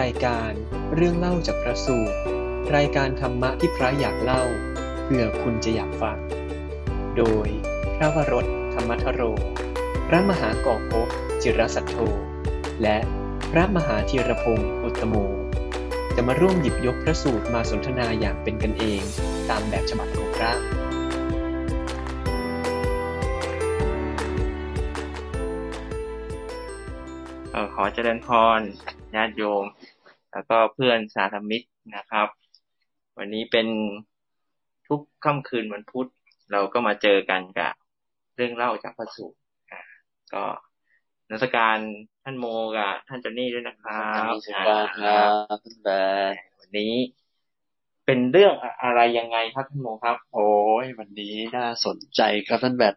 รายการเรื่องเล่าจากพระสูตร รายการธรรมะที่พระอยากเล่าเผื่อคุณจะอยากฟัง โดยพระวรถธรรมทโร พระมหากอกภพจิรสัทโธ และพระมหาธีรพงศ์อุตตโม จะมาร่วมหยิบยกพระสูตรมาสนทนาอย่างเป็นกันเอง ตามแบบฉบับของพระ เอ่อขอเจริญพรญาติโยม แล้วก็เพื่อนสาธมิกนะครับ วันนี้เป็นทุกค่ำคืนวันพุธ เราก็มาเจอกันกับเรื่องเล่าจากพระสูตรอ่าก็นมัสการท่านโมกับท่านจอนนี่ด้วยนะครับ สวัสดีครับท่านแบน อ่าวันนี้เป็นเรื่องอะอะไรยังไงครับท่านโมครับ โอ้ยวันนี้น่าสนใจครับท่านแบน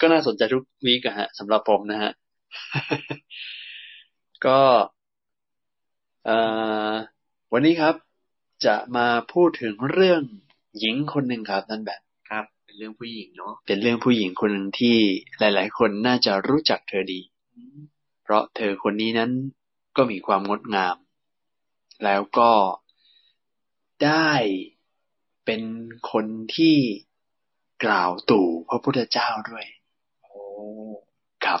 ก็น่าสนใจทุกวีกอะฮะสำหรับผมนะ ฮะ ก็เอ่อวันนี้ครับ จะมาพูดถึงเรื่องหญิงคนหนึ่งครับท่านแบน ครับ เป็นเรื่องผู้หญิงเนาะเป็นเรื่องผู้หญิงคนหนึ่งที่หลาย ๆ คนน่าจะรู้จักเธอดี เพราะเธอคนนี้นั้นก็มีความงดงาม แล้วก็ได้เป็นคนที่กล่าวตู่พระพุทธเจ้าด้วย โอ้ ครับ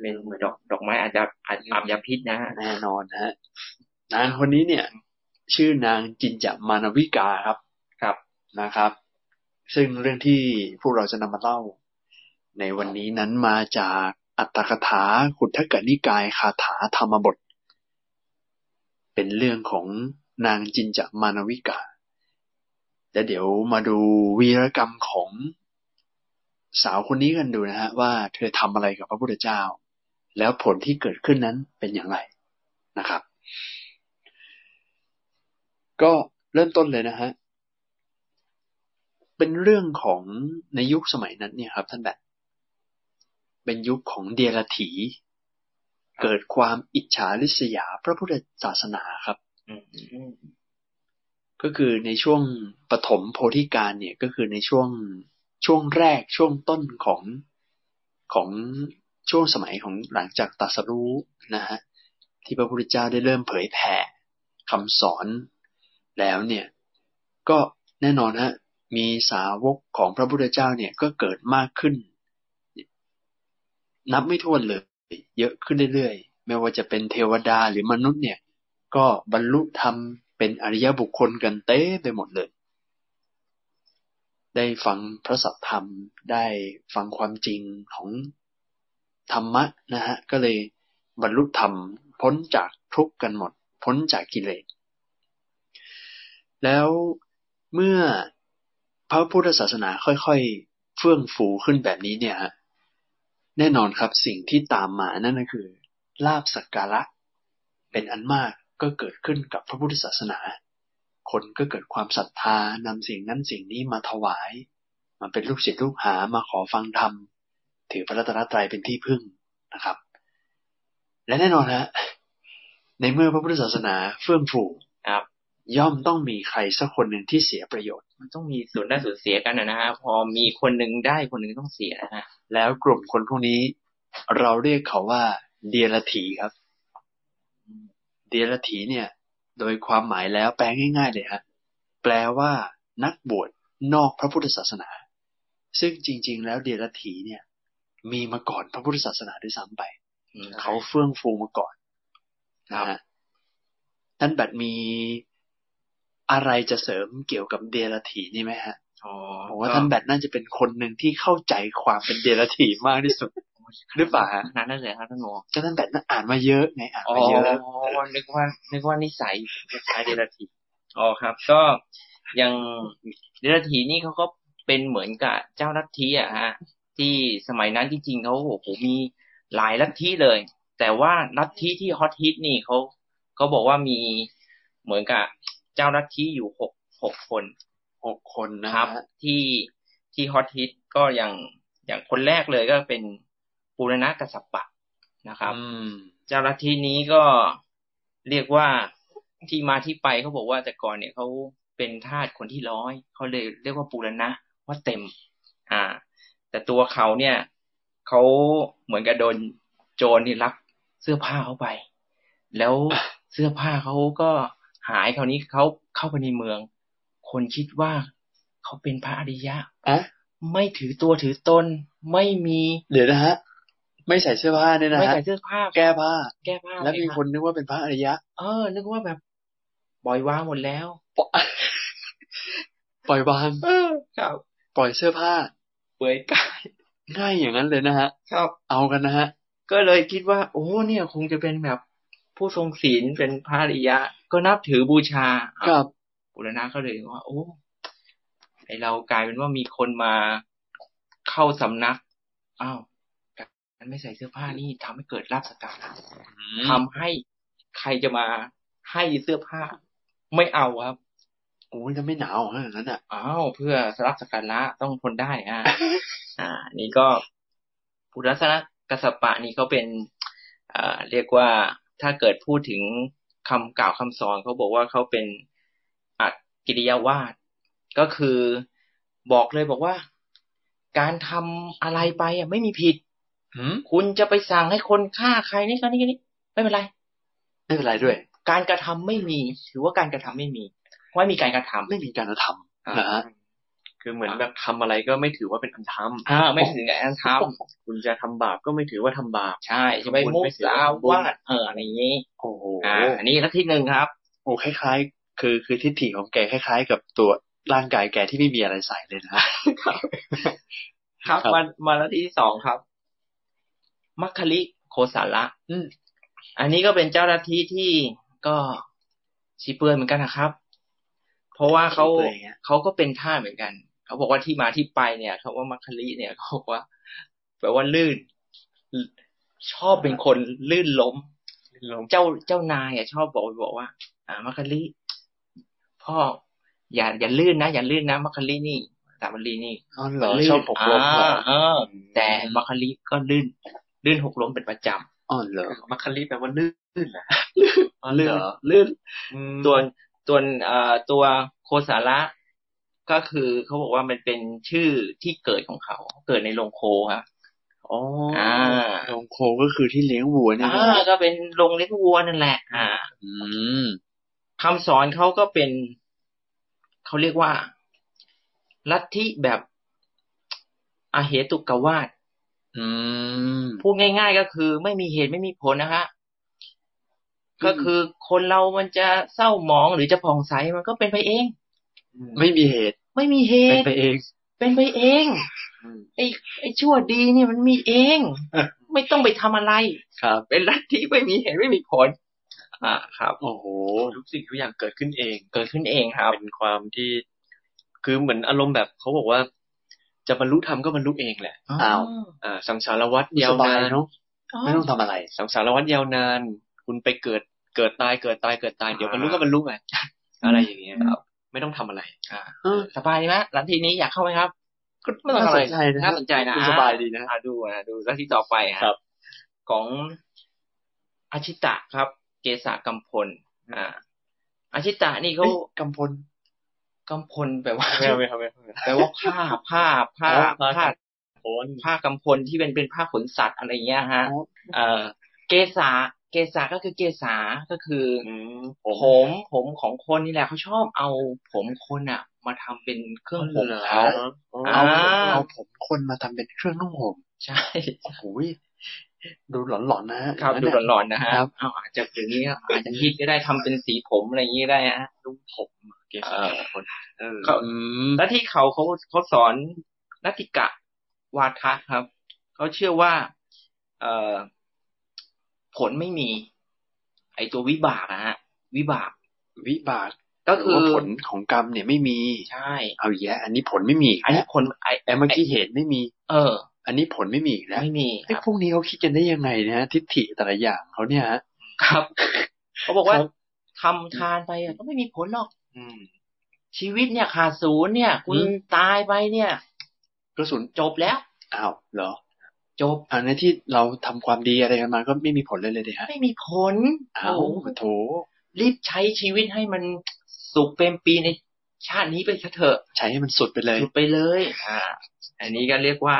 เป็นดอกดอกไม้อาจจะอาจอาบยาพิษนะฮะ แน่นอนฮะนางคนนี้เนี่ย ชื่อนางจินจามานวิกาครับ ครับ นะครับ ซึ่งเรื่องที่พวกเราจะนำมาเล่า ในวันนี้นั้นมาจากอัตถกถาขุททกนิกายคาถาธรรมบท เป็นเรื่องของนางจินจามานวิกา แล้วเดี๋ยวมาดูวีรกรรมของสาวคนนี้กันดูนะฮะ ว่าเธอทำอะไรกับพระพุทธเจ้า แล้วผลที่เกิดขึ้นนั้นเป็นอย่างไรนะครับ ก็เริ่มต้นเลยนะฮะ เป็นเรื่องของในยุคสมัยนั้นเนี่ยครับท่านแบบ เป็นยุคของเดียรถี เกิดความอิจฉาริษยาพระพุทธศาสนาครับ อืมอืม ก็คือในช่วงปฐมโพธิการเนี่ยก็คือในช่วงช่วงแรกช่วงต้นของของช่วงสมัยของหลังจากตรัสรู้นะฮะที่พระพุทธเจ้าได้เริ่มเผยแผ่คำสอนแล้วเนี่ยก็แน่นอนฮะมีสาวกของพระพุทธเจ้าเนี่ยก็เกิดมากขึ้น นับไม่ถ้วนเลย เยอะขึ้นเรื่อยๆ ไม่ว่าจะเป็นเทวดาหรือมนุษย์เนี่ย ก็บรรลุธรรมเป็นอริยบุคคลกันเต้ไปหมดเลย ได้ฟังพระสัทธรรม ได้ฟังความจริงของธรรมะนะฮะ ก็เลยบรรลุธรรม พ้นจากทุกข์กันหมด พ้นจากกิเลส แล้วเมื่อพระพุทธศาสนาค่อยๆ เฟื่องฟูขึ้นแบบนี้เนี่ยฮะ แน่นอนครับสิ่งที่ตามมานั่นก็คือลาบสักการะ เป็นอันมากก็เกิดขึ้นกับพระพุทธศาสนา คนก็เกิดความศรัทธานำสิ่งนั้นสิ่งนี้มาถวาย มันเป็นลูกศิษย์ลูกหามาขอฟังธรรม ถือพระรัตนตรัยเป็นที่พึ่งนะครับ และแน่นอนฮะในเมื่อพระพุทธศาสนาเฟื่องฟู ครับ ย่อมต้องมีใครสักคนหนึ่งที่เสียประโยชน์ มันต้องมีส่วนได้ส่วนเสียกันนะนะฮะพอมีคนหนึ่งได้คนหนึ่งต้องเสียนะฮะ แล้วกลุ่มคนพวกนี้ เราเรียกเขาว่าเดียรถีครับ เดียรถีเนี่ย โดยความหมายแล้วแปลง่าย ๆ เลยฮะแปลว่านักบวชนอกพระพุทธศาสนา ซึ่งจริง ๆ แล้วเดียรถีเนี่ย มีมาก่อนพระพุทธศาสนาด้วยซ้ำไป เขาเฟื่องฟูมาก่อนนะฮะท่านบัดมีอะไรจะเสริมเกี่ยวกับเดียรถีนี่ไหมฮะ อ๋อ ผมว่าท่านแบดน่าจะเป็นคนหนึ่งที่เข้าใจความเป็นเดียรถีมากที่ สุด หรือเปล่าฮะ ขนั้นเลยครับท่านโม ก็ท่านแบดน่าอ่านมาเยอะไงอ่านมาเยอะ นึกว่า นึกว่านิสัยนิสัยเดรัจฉีอ๋อครับ ก็ยังเดรัจฉีนี่เขาก็เป็นเหมือนกับเจ้าลัทธิอะฮะ ที่สมัยนั้นที่จริงเขาโอ้โหมีหลายลัทธิเลย แต่ว่าลัทธิที่ฮอตฮิตนี่เขาเขาบอกว่ามีเหมือนกับเจ้าลัทธิอยู่หกหกคน หกคนนะ ค ค รั รั บบ ที่ที่ฮอตฮิตก็อย่างอย่างคนแรกเลยก็เป็นปุรณะกสสปะนะครับ อืม เจ้าลัทธินี้ก็เรียกว่าที่มาที่ไปเขาบอกว่าแต่ก่อนเนี่ยเขาเป็นทาสคนที่ร้อยเขาเลยเรียกว่าปุรณะว่าเต็ม อ่า แต่ตัวเขาเนี่ยเขาเหมือนกับโดนโจรนี่ลักเสื้อผ้าเขาไป แล้วเสื้อผ้าเขาก็หายคราวนี้เขาเข้าไปในเมือง คนคิดว่าเขาเป็นพระอริยะ อะ ไม่ถือตัวถือตน ไม่มี เดี๋ยวนะฮะ ไม่ใส่เสื้อผ้าเนี่ยนะ ไม่ ฮะ ใส่เสื้อผ้า แก้ผ้า แก้ผ้า แล้วมี เอง คนนึกว่าเป็นพระอริยะ เออ นึกว่าแบบปล่อยวางหมดแล้ว ปล่อยวาง เออ ครับ ปล่อยเสื้อผ้า เปื่อยกาย ง่ายอย่างนั้นเลยนะฮะ ครับ เอากันนะฮะ ก็เลยคิดว่า โอ้เนี่ยคงจะเป็นแบบผู้ทรงศีลเป็นพระอริยะ ก็นับถือบูชาอ่ะ ครับ ปุรณะก็เลยว่า โอ้ไอเรากลายเป็นว่ามีคนมาเข้าสำนักอ้าวการไม่ใส่เสื้อผ้านี่ทำให้เกิดลาบสกการะทำให้ใครจะมาให้เสื้อผ้า ไม่เอาครับ โอ้ยจะไม่หนาวเหรออย่างนั้นอ่ะ อ้าวเพื่อสรับสกการะต้องทนได้อ่า อ่า นี่ก็พุทธศาสนกัสสปะนี่เขาเป็นเอ่อเรียกว่าถ้าเกิดพูดถึงคำกล่าวคำสอนเขาบอกว่าเขาเป็นอัตกิริยาวาดก็คือบอกเลยบอกว่า การทำอะไรไปอ่ะไม่มีผิด หืม คุณจะไปสั่งให้คนฆ่าใครนี่ก็นี่ก็นี่ไม่เป็นไร ไม่เป็นไรด้วย การกระทำไม่มี ถือว่าการกระทำไม่มีไม่มีการกระทำ ไม่มีการกระทำนะฮะ คือเหมือนแบบทำอะไรก็ไม่ถือว่าเป็นอันทำ อ่าไม่ถึงกับการท คุณจะทำบาปก็ไม่ถือว่าทำบาป ำใช่จะไปมุสาวาทเอออะไรอย่างนี้ โอ้โห อ่าอันนี้ลัทธิหนึ่งครับ โอ้คล้ายๆ คือคือทิฏฐิของแกคล้าย ๆ กับตัวร่างกายแกที่ไม่มีอะไรใส่เลยนะฮะ ครับ ครับ มามาลัทธิที่สองครับ มัคคลิโคสาระ อืม อันนี้ก็เป็นเจ้าลัทธิที่ก็ชีเปือยเหมือนกันนะครับ เพราะว่าเขา อะไรอย่างเงี้ย เขาก็เป็นท่าสเหมือนกัน เขาบอกว่าที่มาที่ไปเนี่ยคำว่ามัคคลิเนี่ยเขาบอกว่าแปลว่าลื่น ชอบเป็นคนลื่นล้ม ลม เจ้าเจ้านายอ่ะชอบบอกบอกว่า อ่ามัคคลิพ่ออย่าอย่าลื่นนะอย่าลื่นนะมัคคลินี่สามัคลีนี่ อ๋อเหรอชอบหกล้มเหรอ อ่าเออ แต่มัคคาริก็ลื่น ลื่นหกล้มเป็นประจ อ๋อเหรอ มัคคารีแปลว่าลื่นนะ อ๋อเหรอ ำลื่น อืม ตัวตัวเอ่อตัวโคสาระก็คือเขาบอกว่ามันเป็นชื่อที่เกิดของเขา เกิดในโรงโคครับ อ๋ออ่ อ่า โรงโคก็คือที่เลี้ยงวัวเนี่ยนะ อ่าก็เป็นโรงเลี้ยงวัวนั่นแหละ อ่า อืม คำสอนเขาก็เป็นเขาเรียกว่า ลัทธิแบบอาเหตุกวาด อืม พูดง่ายๆก็คือไม่มีเหตุไม่มีผลนะฮะ ก็คือคนเรามันจะเศร้าหมองหรือจะผ่องใสมันก็เป็นไปเอง ไม่มีเหตุ ไม่มีเห เป็ตุนไปเอง เป็นไปเอง อืม ไอ้ไอ้ชั่วดีเนี่ยมันมีเอง ไม่ต้องไปทำอะไร ครับ เป็นลัทธิไม่มีเหตุไม่มีผล อ่าครับ โอ้โห ทุกสิ่งทุกอย่างเกิดขึ้นเอง เกิดขึ้นเองครับ เป็นความที่ คือเหมือนอารมณ์แบบเขาบอกว่า จะบรรลุธรรมก็บรรลุเองแหละ อ้าว อ่า สังสารวัฏยา ส ว บาย นาน เนาะ อ๋อ ไม่ต้องทำอะไร สังสารวัฏยาวนาน คุณไปเกิดเกิดตายเกิดตายเกิดตายเดี๋ยวบรรลุก็บรรลุไปอะไรอย่างเงี้ย ครับ ไม่ต้องทำอะไร สบายไหมลัทธินี้อยากเข้าไหมครับก็ไม่ต้อง น่า ทำอะ ส ไร นใจนะ น่าสนใจนะ ดูสบายดีนะ อ่ดูอ่ะดูลัทธิต่อไปอ่ะ ครับ ของอาชิตะครับ เกษากัมพล อ่าอาชิตะนี่เขา เอ้ยกำพล กัมพลแปลว่า ไม่เอาไม่เอาไม่เอาไม่เอา แปลว่าผ้าผ้าผ้า อ๋อผ้า ผ้า โอน ผ้ากัมพลที่เป็นเป็นผ้าขนสัตว์อะไรเงี้ยฮะ อ๋อ เออเกษาเกษาก็คือเกษาก็คือ อืม ผมผมของคนนี่แหละเขาชอบเอาผมคนอ่ะ มาทำเป็นเครื่องผม เหรอ เขา อ๋อ อ่า เอาเอาผมคนมาทำเป็นเครื่องนุ่งห่ม ใช่ โอ้โหยดูหลอนๆนะฮะ ครับ อย่าง ดู นั้นน่ะ หลอนๆนะฮะ ครับ เอาอาจจะอย่างนี้ก็อาจจะคิดก็ได้ทำเป็นสีผมอะไรอย่างนี้ก็ได้ฮะ นุ่งผมเกษาคนเออ เขา อืม แล้วที่เขาเขาเขาสอนนัตติกะวาทะครับ เขาเชื่อว่า เอ่อผลไม่มี ไอตัววิบากนะฮะ วิบาก วิบาก ก็คื หรืออว่าผลของกรรมเนี่ยไม่มี ใช่ เอาอีกแล้วอันนี้ผลไม่มีอีก อัน แล้ นี้ ว ผลไอ ไอ้เมื่อกี้เหตุไม่มี เออ อันนี้ผลไม่มีอีกแล้ว ไม่มี ไอ้ ครับ พวกนี้เขาคิดกันได้ยังไงนะฮะทิฏฐิแต่ละอย่างเขาเนี่ยฮะ ครับ เขาบอกว่า ครับ ทำทานไปอะก็ไม่มีผลหรอก อืม ชีวิตเนี่ยขาดศูนย์เนี่ย คุณตายไปเนี่ย กระสุน จบแล้ว อ้าวเหรอ จบ อันนี้ที่เราทำความดีอะไรกันมาก็ไม่มีผลเลยเลยดิฮะ ไม่มีผล อ้าว โอ้โห โถ รีบใช้ชีวิตให้มันสุขเป็นปีในชาตินี้ไปซะเถอะ ใช้ให้มันสุดไปเลย สุดไปเลย อ่า อันนี้ก็เรียกว่า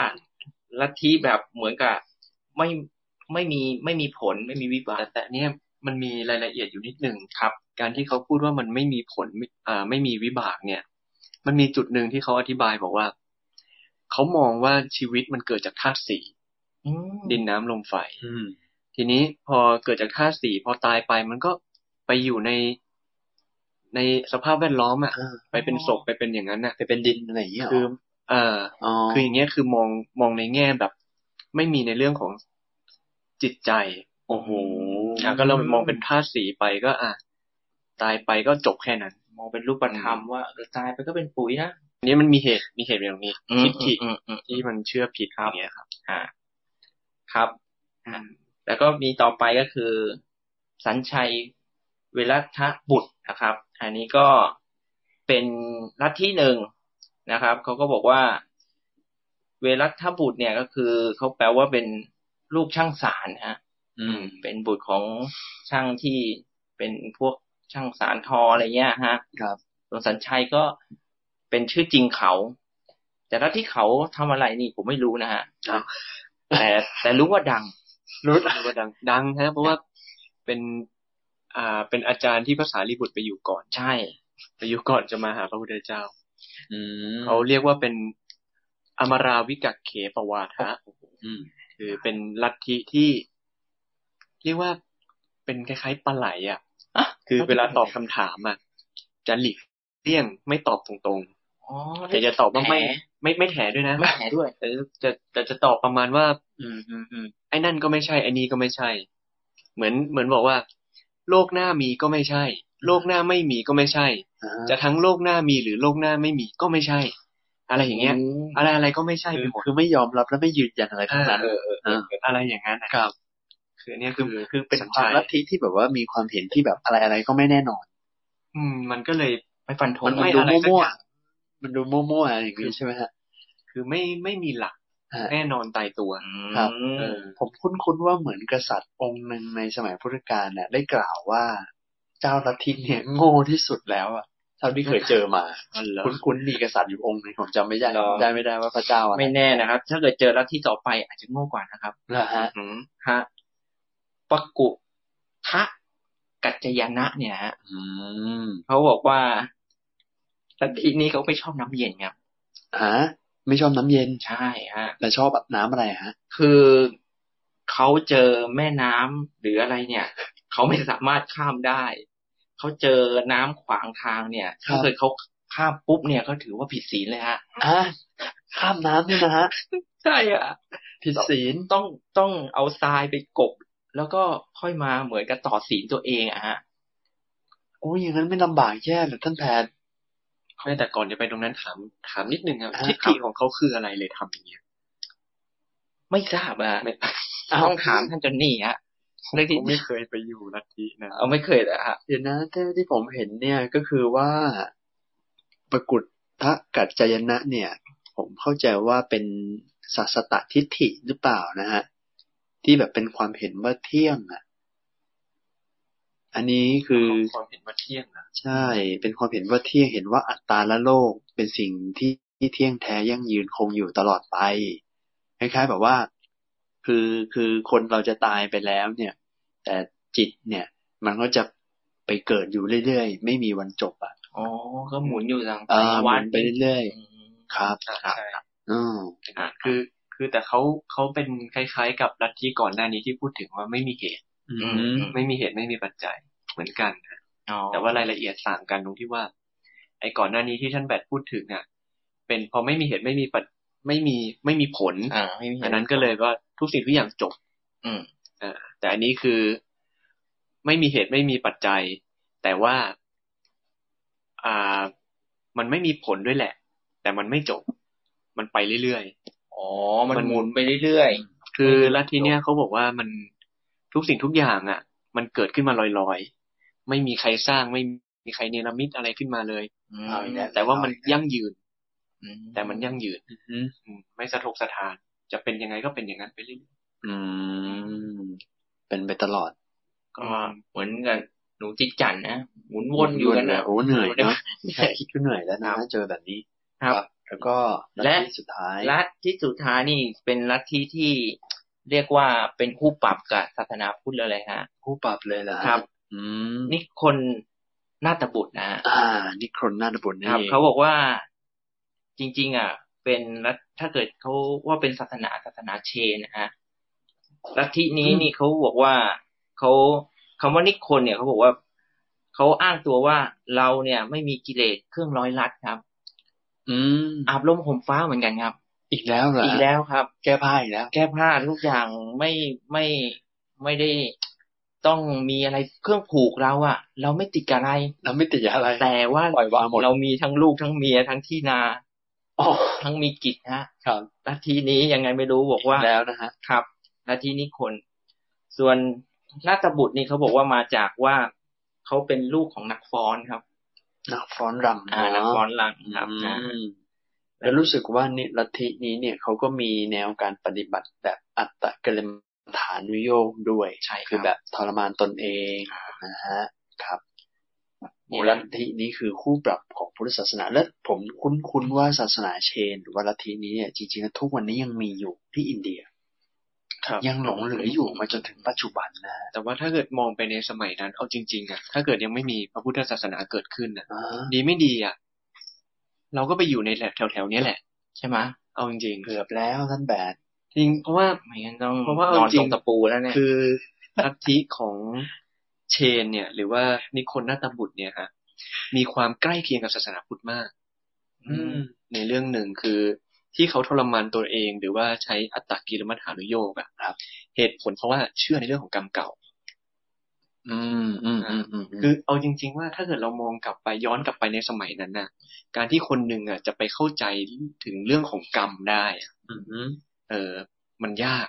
ลัทธิแบบเหมือนกับไม่ไม่มีไม่มีผลไม่มีวิบาก แต่แต่เนี่ย มันมีรายละเอียดอยู่นิดหนึ่งครับ การที่เขาพูดว่ามันไม่มีผลไม่อ่าไม่มีวิบากเนี่ย มันมีจุดหนึ่งที่เขาอธิบายบอกว่า เขามองว่าชีวิตมันเกิดจากธาตุสี่ อืม ดินน้ำลมไฟ อืม ทีนี้พอเกิดจากธาตุสี่พอตายไปมันก็ไปอยู่ในในสภาพแวดล้อมอ่ะ อ่า ไปเป็นศพไปเป็นอย่างนั้นอ่ะ ไปเป็นดินอะไรอย่างเงี้ยเหร คือ อ เอ่อ อ๋อ คืออย่างเงี้ยคือมองมองในแง่แบบ ไม่มีในเรื่องของจิตใจ โอ้โห อ่ะก็เรามองเป็นธาตุสีไปก็ อ่ะตายไปก็จบแค่นั้น มองเป็นรูปธรรมว่าเออตายไปก็เป็นปุ๋ยนะ อันนี้มันมีเหตุมีเหตุอย่างนี้ทิฏฐิ อืมอืมอืม ที่มันเชื่อผิดอย่างเงี้ยครับ อ่าครับ แล้วก็มีต่อไปก็คือ สัญชัยเวรัทบุตรนะครับ อันนี้ก็เป็นลัทธิหนึ่งนะครับเขาก็บอกว่า เวรัทบุตรเนี่ยก็คือเขาแปลว่าเป็นลูกช่างสารนะฮะ อืม เป็นบุตรของช่างที่เป็นพวกช่างสารทออะไรเงี้ยฮะ ครับ ส่วนสัญชัยก็เป็นชื่อจริงเขา แต่ถ้าที่เขาทำอะไรนี่ผมไม่รู้นะฮะ ครับ แต่แต่รู้ว่าดัง รู้ว่าดังดังฮะเพราะว่าเป็น อ่า เป็นอาจารย์ที่ภาษาลิบุตรไปอยู่ก่อน ใช่ ไปอยู่ก่อนจะมาหาพระพุทธเจ้า อืม เขาเรียกว่าเป็นอมราวิกักเขปวาทะ อืม คือเป็นลัทธิที่ เรียกว่าเป็นคล้ายๆปลาไหลอ่ะ อะ คือเวลาตอบคำถามอ่ะ จะหลีกเลี่ยงไม่ตอบตรง อ๋อ ๆ แต่จะตอบว่าไม่ แถ ไม่ไม่แถด้วยนะ ไม่แถด้วย แต่จะแต่จะตอบประมาณว่า อืมอืมอืม ไอ้นั่นก็ไม่ใช่ไอ้นี้ก็ไม่ใช่ เหมือนเหมือนบอกว่า โลกหน้ามีก็ไม่ใช่ โลกหน้าไม่มีก็ไม่ใช่ อ่า จะทั้งโลกหน้ามีหรือโลกหน้าไม่มีก็ไม่ใช่ อะไรอย่างเงี้ย อะไรอะไรก็ไม่ใช่ คื ไป อ หมด คือไม่ยอมรับและไม่ยืนยันอะไรทั้งนั้น เออเออเอออะไรอย่างนั้นนะครับ คือเนี่ยคือคือเป็ เป็น นคคาววามลัมลั ท บ ธิที่แบบว่ามีความเห็นที่แบบอะไรอะไรๆก็ไม่แน่นอน อืมมันก็เลย ไม่ฟันธง มันไม่ มันดูมั่วๆมันดูมั่วๆอะไรอย่างงี้ใช่ไหมฮะ คือไม่ไม่มีหลัก ฮะ แน่นอนตายตัว อืม ครับ เออ ผมคุ้นๆว่าเหมือนกษัตริย์องค์หนึ่งในสมัยพุทธกาลเนี่ยได้กล่าวว่าเจ้าลัทธิเนี่ยโง่ที่สุดแล้วอะเท่าที่เคยเจอมา อ๋อเหรอ คุ้นๆมีกษัตริย์อยู่องค์หนึ่งผมจำไม่ได้ เหรอ ได้ไม่ได้ว่าพระเจ้าอะไร ไม่แน่นะครับ ถ้าเกิดเจอลัทธิต่อไปอาจจะโง่กว่านะครับ นะฮะ อืม ฮะปะกุทะกัจจยนะเนี่ยฮะ อืม เขาบอกว่าลัทธินี้เขาไม่ชอบน้ำเย็นครับ ฮะไม่ชอบน้ำเย็น ใช่ฮะ แต่ชอบแบบน้ำอะไรฮะ คือเขาเจอแม่น้ำหรืออะไรเนี่ย เขาไม่สามารถข้ามได้ เขาเจอน้ำขวางทางเนี่ย ครับ ถ้าเกิดเขาข้ามปุ๊บเนี่ยก็ถือว่าผิดศีลเลยฮะ อ่ะข้ามน้ำเนี่ยนะฮะ ใช่อ่ะ ผิดศีล ต้องต้องเอาทรายไปกบ แล้วก็ค่อยมาเหมือนกับต่อศีลตัวเองอะฮะ โอ้ยอย่างนั้นไม่ลำบากแย่เหรอท่านแพทย์ แม่แต่ก่อนจะไปตรงนั้นถามถามนิดนึงครับ อ่า ทิฏฐิของเขาคืออะไรเลยทำอย่างเงี้ย ไม่ทราบอะ ไม่ ต้องถามท่านจอนนี่ฮะเรื่อง ผ ที่ มไม่เคยไปอยู่ลัทธินะ เอาไม่เคยเหรอฮะ เดี๋ยวนะที่ที่ผมเห็นเนี่ยก็คือว่าปกุฏทะกัจจยนะเนี่ย ผมเข้าใจว่าเป็นศาสตทิฏฐิหรือเปล่านะฮะ ที่แบบเป็นความเห็นว่าเที่ยงอ่ะ อันนี้คือ ความเห็นว่าเที่ยงนะ ใช่ เป็นความเห็นว่าเที่ยงเห็นว่าอัตตาและโลกเป็นสิ่งที่ที่เที่ยงแท้ยั่งยืนคงอยู่ตลอดไปคล้ายๆแบบว่า คือคือคนเราจะตายไปแล้วเนี่ย แต่จิตเนี่ย มันก็จะไปเกิดอยู่เรื่อยๆ ไม่มีวันจบอ่ะ อ๋อ ก็หมุนอยู่ทาง เออ วั วน นไปเรื่อย อืม ๆ ครับ อ่าใช่ อืม อ่ะ คือ คือแต่เขาเขาเป็นคล้ายๆ กับลัทธิก่อนหน้านี้ที่พูดถึงว่าไม่มีเหตุ อืม ไม่มีเหตุไม่มีปัจจัยเหมือนกันนะ อ๋อ แต่ว่ารายละเอียดต่างกันตรงที่ว่า ไอ้ก่อนหน้านี้ที่ท่านแบทพูดถึงอ่ะ เป็นพอไม่มีเหตุไม่มีปัจไม่มีไม่มีผล อ่าไม่มี อันนั้นก็เลยว่าทุกสิ่งทุกอย่างจบ อืม แต่อันนี้คือไม่มีเหตุไม่มีปัจจัย แต่ว่า อ่า มันไม่มีผลด้วยแหละ แต่มันไม่จบ มันไปเรื่อย อ๋อ มัน มัน หมุนไปเรื่อย ๆ คือลัทธิเนี้ยเขาบอกว่ามันทุกสิ่งทุกอย่างอ่ะ มันเกิดขึ้นมาลอยๆ ไม่มีใครสร้างไม่มีใครเนรมิตอะไรขึ้นมาเลย ๆอืม เอาอีกล้ว แต่ว่ามันยั่งยืน อื แต่มันยั่งยืนอืมไม่สะทกสะทาน จะเป็นยังไงก็เป็นอย่างนั้นไปเรื่อย อืม เป็นไปตลอด ๆก็ ก็เหมือนกับหนูจิกจันนะ หมุนวนอยู่กันนะ โอ้เหนื่อยเนาะ ใช่ คิดก็เหนื่อยแล้วนะเจอแบบนี้ ครับ แล้วก็ และ ที่สุดท้าย ลัทธิสุดท้ายนี่เป็นลัทธิที่ เรียกว่าเป็นคู่ปรับกับศาสนาพุทธเลยเลยฮะ ผู้ปรับเลยเหรอฮะ ครับ อืม นิคนนาฏบุตรนะฮะ อ่า นิครนนาฏบุตรนี่ ครับ เอง เขาบอกว่าจริง ๆ อ่ะ เป็นรัฐถ้าเกิดเขาว่าเป็นศาสนาศาสนาเชนนะฮะลัทธินี้นี่เขาบอกว่าเขาคำว่านิคนเนี่ยเขาบอกว่าเขาอ้างตัวว่าเราเนี่ย ไม่มีกิเลสเครื่องร้อยรัดครับ อืม อาบลมห่มฟ้าเหมือนกันครับ อีกแล้วเหรอ อี อี กแล้วครับ แก้ผ้าอีกแล้ว แก้ผ้าทุกอย่างไม่ไม่ไม่ได้ต้องมีอะไรเครื่องผูกเราอะเราไม่ติดกับอะไร แล้วไม่ติดยาอะไร แต่ว่า ปล่อยวางหมด เรามีทั้งลูกทั้งเมียทั้งที่นา อ๋อ ทั้งมีกิจฮะ ครับ ลัทธินี้ยังไงไม่รู้บอกว่า แล้วนะฮะ ครับลัทธินิคน ส่วนนาตบุตรนี่เขาบอกว่ามาจากว่าเขาเป็นลูกของนักฟ้อนครับ นักฟ้อนรำ อ่า นักฟ้อนลังครับ อื นะ มแล้วรู้สึกว่านี่ลัทธินี้เนี่ยเขาก็มีแนวการปฏิบัติแบบอัตตกลมฐานุโยกด้วย ใช่ คือแบบทรมานตนเองนะฮะครับโอ้ นี่ ลั แหะ ทธินี้คือคู่ปรับของพุทธศาสนา และผมคุ้นๆว่าศาสนาเชน หรือว่าลัทธินี้เนี่ยจริงๆแล้วทุกวันนี้ยังมีอยู่ที่อินเดีย ครับ ยังหลงเหลืออยู่มาจนถึงปัจจุบันนะฮะ แต่ว่าถ้าเกิดมองไปในสมัยนั้น เอาจริงๆอะถ้าเกิดยังไม่มีพระพุทธศาสนาเกิดขึ้นอะ อ่า ดีไม่ดีอะเราก็ไปอยู่ในแถบแถวๆเนี้ยแหละ ใช่ไหม เอาจริงๆ เกือบแล้วท่านแบด จริงเพราะว่า ไม่งั้นต้อง เพราะว่าเอา นอน จริ ตรงงตะปูแล้วเนี่ย คือลัทธิของเชนเนี่ย หรือว่านิคนนาตบุตรเนี่ยฮะมีความใกล้เคียงกับศาสนาพุทธมาก อืม ในเรื่องหนึ่งคือที่เขาทรมานตัวเอง หรือว่าใช้อัตตกิลมัฏฐานุโยกอะ ครับ เหตุผลเพราะว่าเชื่อในเรื่องของกรรมเก่า อืมอืมอืมอืม คือเอาจริง ๆ ว่าถ้าเกิดเรามองกลับไปย้อนกลับไปในสมัยนั้นน่ะ การที่คนหนึ่งอ่ะจะไปเข้าใจถึงเรื่องของกรรมได้อะ อืม เออ มันยาก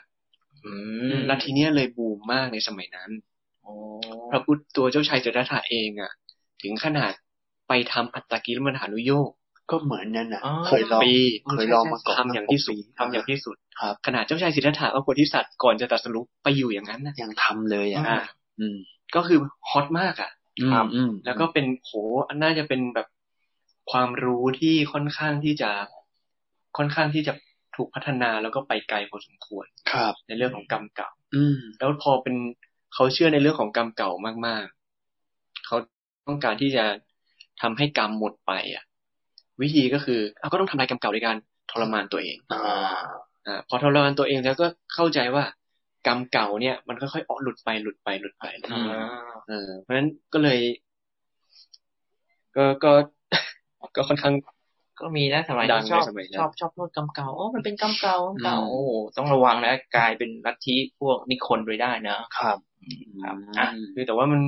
อืม และทีเนี้ยเลยบูมมากในสมัยนั้น โอ้ พระพุทธตัวเจ้าชายสิทธัตถะเองอ่ะ ถึงขนาดไปทำอัตตกิลมัฏฐานุโยก ก็เหมือนนั่นนะ อ๋อ เคยลอง ปี เคยลองมาก่อน ทำอย่างที่สุด ครั ทำ บ อย่างที่สุด ครับ ขนาดเจ้าชายสิทธัตถะก็โพธิสัตว์ก่อนจะตรัสรู้ไปอยู่อย่างนั้นนะ ยังทำเลยอ่ะ อ่า อืม ก็คือฮอตมากอ่ะ อืมอืม แล้วก็เป็นโหน่าจะเป็นแบบความรู้ที่ค่อนข้างที่จะค่อนข้างที่จะถูกพัฒนาแล้วก็ไปไกลพอสมควร ครับ ในเรื่องของกรรมเก่า อืม แล้วพอเป็นเขาเชื่อในเรื่องของกรรมเก่ามากๆ เขาต้องการที่จะทำให้กรรมหมดไปอ่ะ วิธีก็คือเอาก็ต้องทำลายกรรมเก่าด้วยการทรมานตัวเอง อ่า อ่าพอทรมานตัวเองแล้วก็เข้าใจว่ากรรมเก่าเนี่ย มันค่อยๆออกหลุดไปหลุดไปหลุดไป อืม อ่า เออเพราะฉะนั้นก็เลย ก็ก็ ก็ค่อนข้าง ก็มีนะสมัย ดั นี้ ง ชอบ ในสมัยนั้น ชอบชอบโทษกรรมเก่าโอ้มันเป็นกรรมเก่ากรรมเก่าโอ้ต้องระวังนะกลายเป็นลัทธิพวกนิคนไปได้นะ ครับ ครับ อ่ะ อ่ะ คือแต่ว่ามัน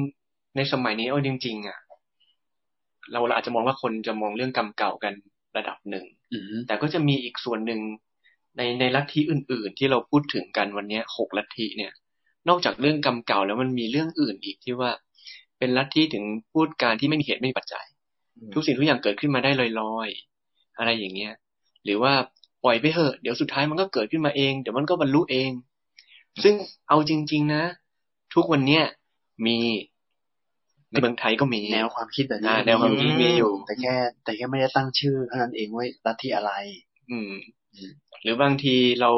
ในสมัยนี้เอาจริง ๆ อ่ะ เราเราอาจจะมองว่าคนจะมองเรื่องกรรมเก่ากันระดับหนึ่ง อืม แต่ก็จะมีอีกส่วนหนึ่งในในลัทธิอื่น ๆ ที่เราพูดถึงกันวันเนี้ยหกลัทธิเนี่ย นอกจากเรื่องกรรมเก่าแล้วมันมีเรื่องอื่นอีกที่ว่า เป็นลัทธิถึงพูดการที่ไม่มีเหตุไม่มีปัจจัย อืม ทุกสิ่งทุกอย่างเกิดขึ้นมาได้ลอยๆ อะไรอย่างเงี้ย หรือว่าปล่อยไปเถอะเดี๋ยวสุดท้ายมันก็เกิดขึ้นมาเองเดี๋ยวมันก็บรรลุเอง ซึ่งเอาจริง ๆ นะ ทุกวันเนี้ยมีในเมืองไทยก็มี แนวความคิดแบบนี้ อ่าแนวความคิดมีอยู่ แต่แค่ แต่แค่ไม่ได้ตั้งชื่อเท่านั้นเองว่าลัทธิอะไร อืม อืม หรือบางทีเรา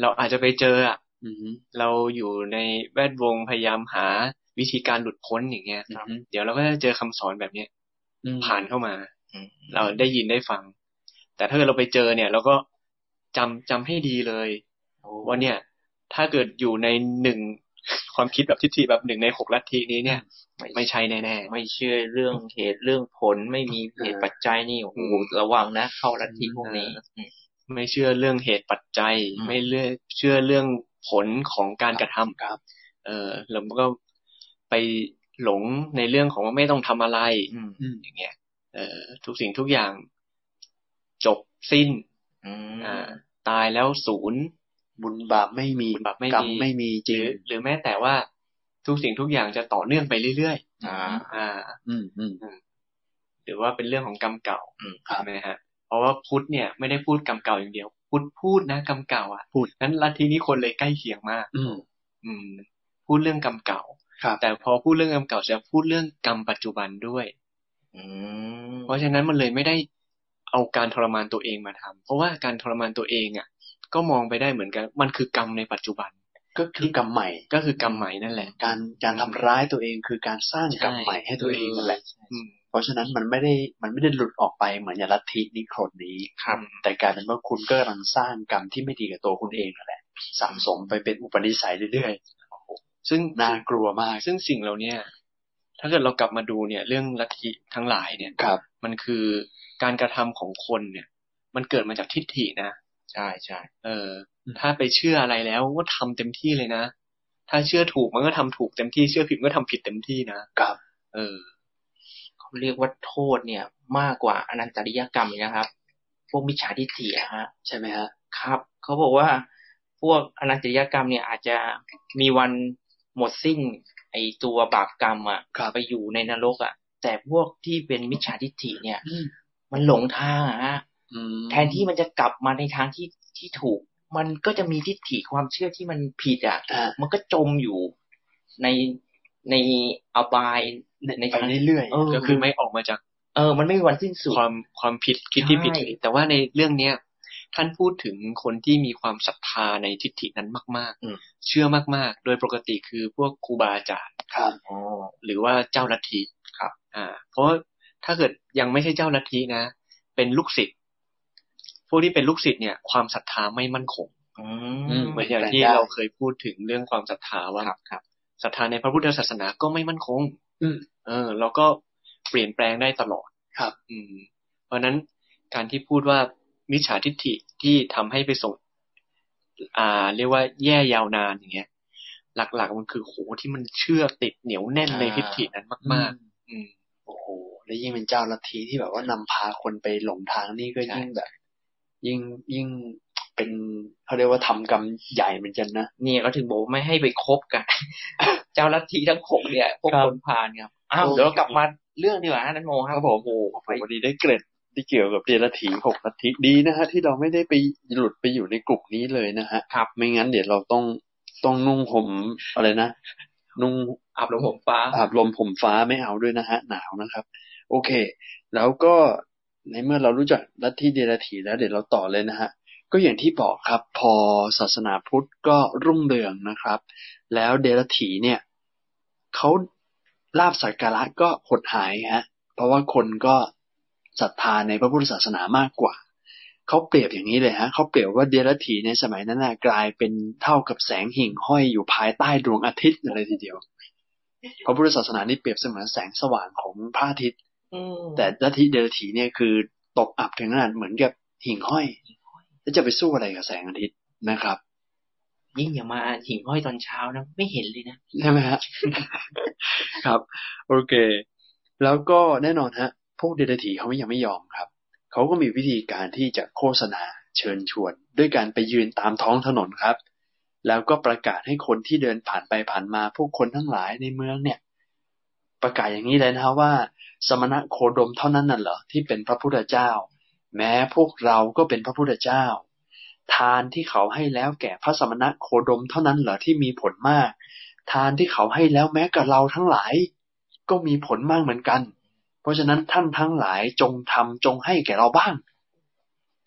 เราอาจจะไปเจออะ อืม เราอยู่ในแวดวงพยายามหาวิธีการหลุดพ้นอย่างเงี้ย ครับ เดี๋ยวเราก็จะเจอคำสอนแบบเนี้ย อืม ผ่านเข้ามา อืม เราได้ยินได้ฟัง แต่ถ้าเกิดเราไปเจอเนี่ย เราก็จำจำให้ดีเลย ว่าเนี่ย ถ้าเกิดอยู่ในหนึ่ง ความคิดแบบทิฏฐิแบบหนึ่งในหกลัทธินี้เนี่ย ไม่ใช่แน่ ไม่เชื่อเรื่องเหตุเรื่องผลไม่มีเหตุปัจจัยนี่โอ้โหระวังนะ เข้าลัทธิพวกนี้อืม ๆไม่เชื่อเรื่องเหตุปัจจัย อืม ไม่เลือเชื่อเรื่องผลของการกระทำ ครับ เออแล้วมันก็ไปหลงในเรื่องของว่าไม่ต้องทำอะไร อืม อืม อย่างเงี้ย เออทุกสิ่งทุกอย่างจบสิ้น อืม อ่า ตายแล้วศูนย์ บุญบาปไม่มี บุญบาปไม่มี กรรมไม่มีจ ห ริ รื ง อหรือแม้แต่ว่าทุกสิ่งทุกอย่างจะต่อเนื่องไปเรื่อย อ่า ๆ อ่า อืมอืม หรือว่าเป็นเรื่องของกรรมเก่า อืม ใช่ไหมฮะ เพราะว่าพุทธเนี่ยไม่ได้พูดกรรมเก่าอย่างเดียว พุทธพูดนะกรรมเก่าอ่ะ พูด นั้นลัทธินี้คนเลยใกล้เคียงมาก อืม อืม พูดเรื่องกรรมเก่า ครับ แต่พอพูดเรื่องกรรมเก่าจะพูดเรื่องกรรมปัจจุบันด้วย อืม เพราะฉะนั้นมันเลยไม่ได้เอาการทรมานตัวเองมาทำเพราะว่าการทรมานตัวเองอ่ะ ก็มองไปได้เหมือนกัน มันคือกรรมในปัจจุบัน ก็คือกรรมใหม่ ก็คือกรรมใหม่นั่นแหละ การการทำร้ายตัวเองคือการสร้างกรรมใหม่ให้ตัวเองนั่นแหละ อืม เพราะฉะนั้นมันไม่ได้มันไม่ได้หลุดออกไปเหมือนอย่างลัทธินิโครนนี้ ครับ แต่กลายเป็นว่าคุณก็กำลังสร้างกรรมที่ไม่ดีกับตัวคุณเองนั่นแหละสะสมไปเป็นอุปนิสัยเรื่อย ซึ่ง ๆน่ากลัวมาก ซึ่งสิ่งเหล่าเนี้ยถ้าเกิดเรากลับมาดูเนี่ย เรื่องลัทธิทั้งหลายเนี่ย ครับ มันคือการกระทำของคนเนี่ย มันเกิดมาจากทิฏฐินะ ใช่ใช่ เออ ถ้าไปเชื่ออะไรแล้วก็ทำเต็มที่เลยนะ ถ้าเชื่อถูกมันก็ทำถูกเต็มที่ เชื่อผิดมันก็ทำผิดเต็มที่นะครับ เออ เขาเรียกว่าโทษเนี่ย มากกว่าอนันตริยกรรมอีกนะครับ พวกมิจฉาทิฏฐิอะฮะ ใช่ไหมฮะ ครับเขาบอกว่าพวกอนันตริยกรรมเนี่ยอาจจะมีวันหมดสิ้น ไอตัวบาปกรรมอ่ะ ครับ ไปอยู่ในนรกอ่ะ แต่พวกที่เป็นมิจฉาทิฏฐิเนี่ย มันหลงทางอะฮะ อืม แทนที่มันจะกลับมาในทางที่ที่ถูก มันก็จะมีทิฏฐิความเชื่อที่มันผิดอ่ะ อ่า มันก็จมอยู่ในในอบาย ใน ไปเรื่อย เออ ก็คือไม่ออกมาจาก เออ มันไม่มีวันสิ้นสุด ความความผิดคิดที่ผิด ใช่ แต่ว่าในเรื่องเนี้ยท่านพูดถึงคนที่มีความศรัทธาในทิฏฐินั้นมาก อืม ๆ เชื่อมากๆ โดยปกติคือพวกครูบาอาจารย์ ๆครับ อ๋อ หรือว่าเจ้าลัทธิ ครับ อ่า เพราะถ้าเกิดยังไม่ใช่เจ้าลัทธินะ เป็นลูกศิษย์ พวกที่เป็นลูกศิษย์เนี่ย ความศรัทธาไม่มั่นคง อื อื ม ม เหมือนอย่างที่ ได้ เราเคยพูดถึงเรื่องความศรัทธาว่า ครับครับ ศรัทธาในพระพุทธศาสนาก็ไม่มั่นคง อืม เออ แล้วก็เปลี่ยนแปลงได้ตลอด ครับ อืม เพราะฉะนั้นการที่พูดว่ามิจฉาทิฏฐิที่ทำให้ไปส่ง อ่า เรียกว่าแย่ยาวนานอย่างเงี้ย หลักๆมันคือโหที่มันเชื่อติดเหนียวแน่นในทิฏฐินั้นมาก ๆ อืม โอ้โหแล้วยิ่งเป็นเจ้าลัทธิที่แบบว่านำพาคนไปหลงทางนี่ก็ ใช่ ยิ่งแบบ ยิ่งยิ่งเป็นเขาเรียกว่าทำกรรมใหญ่เหมือนกันนะ เนี่ยก็ถึงบอกว่าไม่ให้ไปคบ กัน เจ้าลัทธิทั้งหกเนี่ยพวก ครับ คนพาลครับอ้าว โอ้ เดี๋ยวเรากลับมาเรื่องดีกว่าฮะนันโมครับผมโอ้ โอ้โห ไป วันนี้ได้เกร็ดที่เกี่ยวกับเดลถีหกลัทธิดีนะฮะที่เราไม่ได้ไปหลุดไปอยู่ในกลุ่มนี้เลยนะฮะ ครับ ไม่งั้นเดี๋ยวเราต้องต้องนุ่งห่มอะไรนะ นุ่ง อาบลมผมฟ้า อาบลมผมฟ้าไม่เอาด้วยนะฮะหนาวนะครับ โอเค แล้วก็ในเมื่อเรารู้จักลัทธิเดลถีแล้วเดี๋ยวเราต่อเลยนะฮะ ก็อย่างที่บอกครับ พอศาสนาพุทธก็รุ่งเรืองนะครับ แล้วเดรัจฉีเนี่ยเขาลาบสักการะก็หดหายฮะ เพราะว่าคนก็ศรัทธาในพระพุทธศาสนามากกว่าเขาเปรียบอย่างนี้เลยฮะเขาเปรียบว่าเดรัจฉีในสมัยนั้นนะกลายเป็นเท่ากับแสงหิ่งห้อยอยู่ภายใต้ดวงอาทิตย์เลยทีเดียวพระพุทธศาสนานี่เปรียบเสมือนแสงสว่างของพระอาทิตย์ อืม แต่ลัทธิเดรัจฉีเนี่ยคือตกอับถึงขนาดเหมือนกับหิ่งห้อยแล้วจะไปสู้อะไรกับแสงอาทิตย์นะครับ ยิ่งอย่ามาหิ่งห้อยตอนเช้านะ ไม่เห็นเลยนะ ใช่ไหมฮะ ครับ โอเค แล้วก็แน่นอนฮะ พวกเดรัจฉีเขายังไม่ยอมครับ เขาก็มีวิธีการที่จะโฆษณาเชิญชวน ด้วยการไปยืนตามท้องถนนครับ แล้วก็ประกาศให้คนที่เดินผ่านไปผ่านมา พวกคนทั้งหลายในเมืองเนี่ย ประกาศอย่างนี้เลยนะฮะว่า สมณะโคดมเท่านั้นน่ะเหรอที่เป็นพระพุทธเจ้า แม้พวกเราก็เป็นพระพุทธเจ้า ทานที่เขาให้แล้วแก่พระสมณะโคดมเท่านั้นเหรอที่มีผลมาก ทานที่เขาให้แล้วแม้กับเราทั้งหลาย ก็มีผลมากเหมือนกัน เพราะฉะนั้นท่านทั้งหลายจงทำจงให้แก่เราบ้าง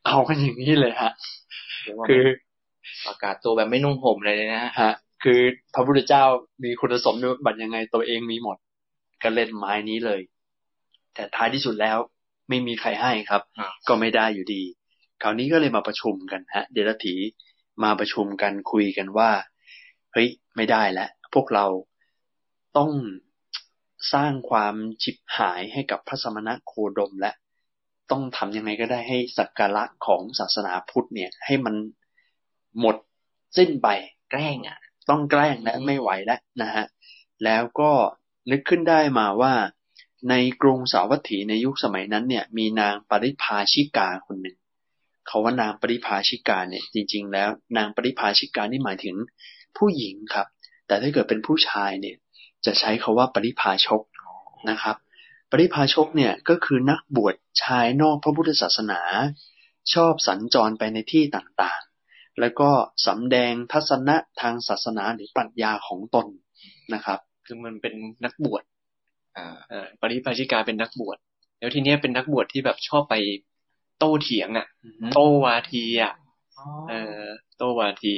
เอากันอย่างนี้เลยฮะ คือ ประกาศตัวแบบไม่นุ่งห่มเลยนะฮะ ฮะ คือพระพุทธเจ้ามีคุณสมบัติยังไงตัวเองมีหมดก็เล่นไม้นี้เลย แต่ท้ายที่สุดแล้วไม่มีใครให้ครับ ก็ไม่ได้อยู่ดี คราวนี้ก็เลยมาประชุมกันฮะ เดรัจฉีมาประชุมกันคุยกันว่า เฮ้ย ไม่ได้แล้วพวกเราต้องสร้างความชิบหายให้กับพระสมณะโคดมและ ต้องทำยังไงก็ได้ให้สักการะของศาสนาพุทธเนี่ย ให้มันหมดสิ้นไป แกล้งอ่ะ ต้องแกล้งและ อืม ไม่ไหวแล้วนะฮะ แล้วก็นึกขึ้นได้มาว่า ในกรุงสาวัตถีในยุคสมัยนั้นเนี่ย มีนางปริพาชิกาคนหนึ่งเขาว่านางปริพาชิกาเนี่ย จริง ๆ แล้ว นางปริพาชิกานี่หมายถึงผู้หญิงครับ แต่ถ้าเกิดเป็นผู้ชายเนี่ย จะใช้คาว่าปริพาชกนะครับ ปริพาชกเนี่ยก็คือนักบวชชายนอกพระพุทธศาสนา ชอบสัญจรไปในที่ต่างๆ แล้วก็สำแดงทัศนะทางศาสนาหรือปรัชญาของตนนะครับ คือมันเป็นนักบวช อ่า เออปริพาชิกาเป็นนักบวช แล้วทีเนี้ยเป็นนักบวชที่แบบชอบไปโต้เถียงอะ่ะ โต้วาทีอะ่ะ เออโต้วาที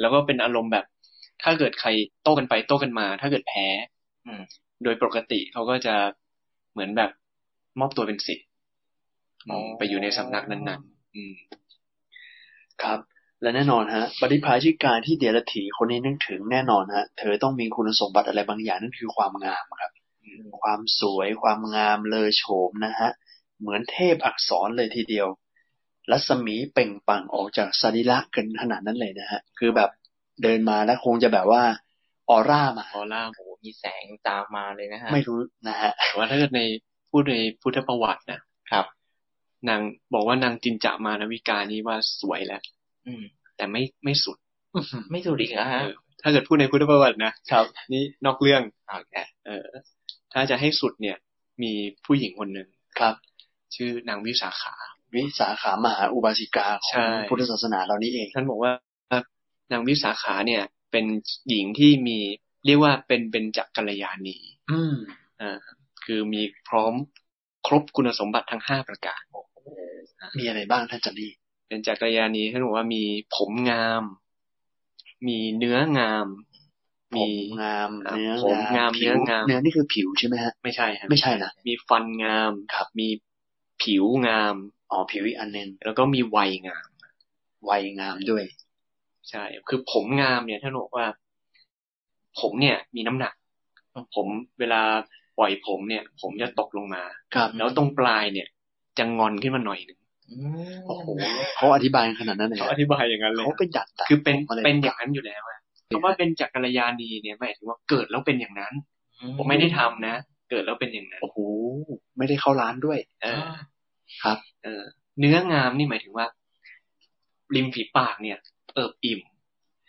แล้วก็เป็นอารมณ์แบบ ถ้าเกิดใครโต้กันไปโต้กันมา ถ้าเกิดแพ้ อืม โดยปกติเขาก็จะเหมือนแบบมอบตัวเป็นสิทธิ์ อ๋อ ไปอยู่ในสำนักนั้นๆอืม ครับ และแน่นอนฮะปฏิภาชิกาที่เดรัจฉีคนนี้นึกถึงแน่นอนฮะ เธอต้องมีคุณสมบัติอะไรบางอย่างนั่นคือความงามครับ ความสวยความงามเลยโฉมนะฮะ เหมือนเทพอักษรเลยทีเดียว รัศมีเปล่งปลั่งออกจากสรีระกันขนาดนั้นเลยนะฮะ คือแบบเดินมาแล้วคงจะแบบว่าออร่ามา ออร่า โอ้โหมีแสงตามมาเลยนะฮะ ไม่รู้นะฮะ แต่ว่าถ้าเกิดในพูดในพุทธประวัตินะครับ นางบอกว่านางจินจะมานวิกานี้ว่าสวยแล้ว อืม แต่ไม่ไม่สุด ไม่ถูกอีกนะฮะ เออถ้าเกิดพูดในพุทธประวัตินะครับ นี่นอกเรื่อง เอาอีกแล้ว เออ ถ้าจะให้สุดเนี่ย มีผู้หญิงคนหนึ่ง ครับ ชื่อนางวิสาขา วิสาขามหาอุบาสิกาขอ ใช่ งพุทธศาสนาเรานี่เอง ท่านบอกว่านางวิสาขาเนี่ย เป็นหญิงที่มีเรียกว่าเป็นเบญจกัลยาณี อืม คือมีพร้อมครบคุณสมบัติทั้งห้าประการ มีอะไรบ้างท่านจันนี่ เบญจกัลยาณีท่านบอกว่ามีผมงาม มีเนื้องาม ผ มี มงาม อ่ะ เนื้อ ผมงาม ผิว เนื้องาม เนื้อนี่คือผิวใช่ไหมฮะ ไม่ใช่ครับ ไม่ใช่นะ มีฟันงาม ครับ มีผิวงาม อ๋อผิวอีกอันหนึ่ง แล้วก็มีวัยงาม วัยงามด้วย ใช่ คือผมงามเนี่ยท่านบอกว่า ผมเนี่ย มีน้ำหนัก ผมเวลาปล่อยผมเนี่ย ผมจะตกลงมา ครับ แล้วตรงปลายเนี่ย จะงอนขึ้นมาหน่อยหนึ่ง อืม โอ้โหเขาอธิบายขนาดนั้นเลย เขา ฮะ อธิบายอย่างนั้นเลย เขาเป็นดัดตัด คือเป็น ผมอะไร เป็นอย่างนั้นอยู่แล้วอะเพราะว่าเป็นจักรยานีเนี่ยหมายถึงว่าเกิดแล้วเป็นอย่างนั้น ผมไม่ได้ทำนะ เกิดแล้วเป็นอย่างนั้น โอ้โหไม่ได้เข้าร้านด้วย เออ ครับ เออ เนื้องามนี่หมายถึงว่า ริมฝีปากเนี่ย เอิบอิ่ม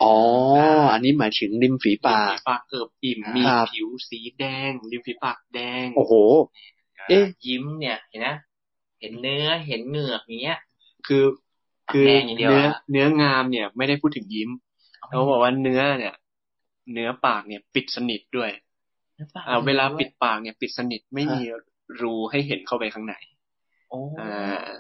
อ๋อ อ่า อันนี้หมายถึงริมฝีปาก ริมฝีปากเอิบอิ่ม ครับ มีผิวสีแดง ริมฝีปากแดง โอ้โห เอ๊ะ ยิ้มเนี่ย เห็นนะ เห็นเนื้อ เห็นเหงือกอย่างเงี้ย คือคือ แดงอย่างเดียว เนื้อ อะ เนื้องามเนี่ย ไม่ได้พูดถึงยิ้มเขาบอกว่าเนื้อเนี่ย เนื้อปากเนี่ย ปิดสนิทด้วยอ่าเวลาปิดปากเนี่ยปิดสนิทไม่มีรูให้เห็นเข้าไปข้างใน โอ้ อ่า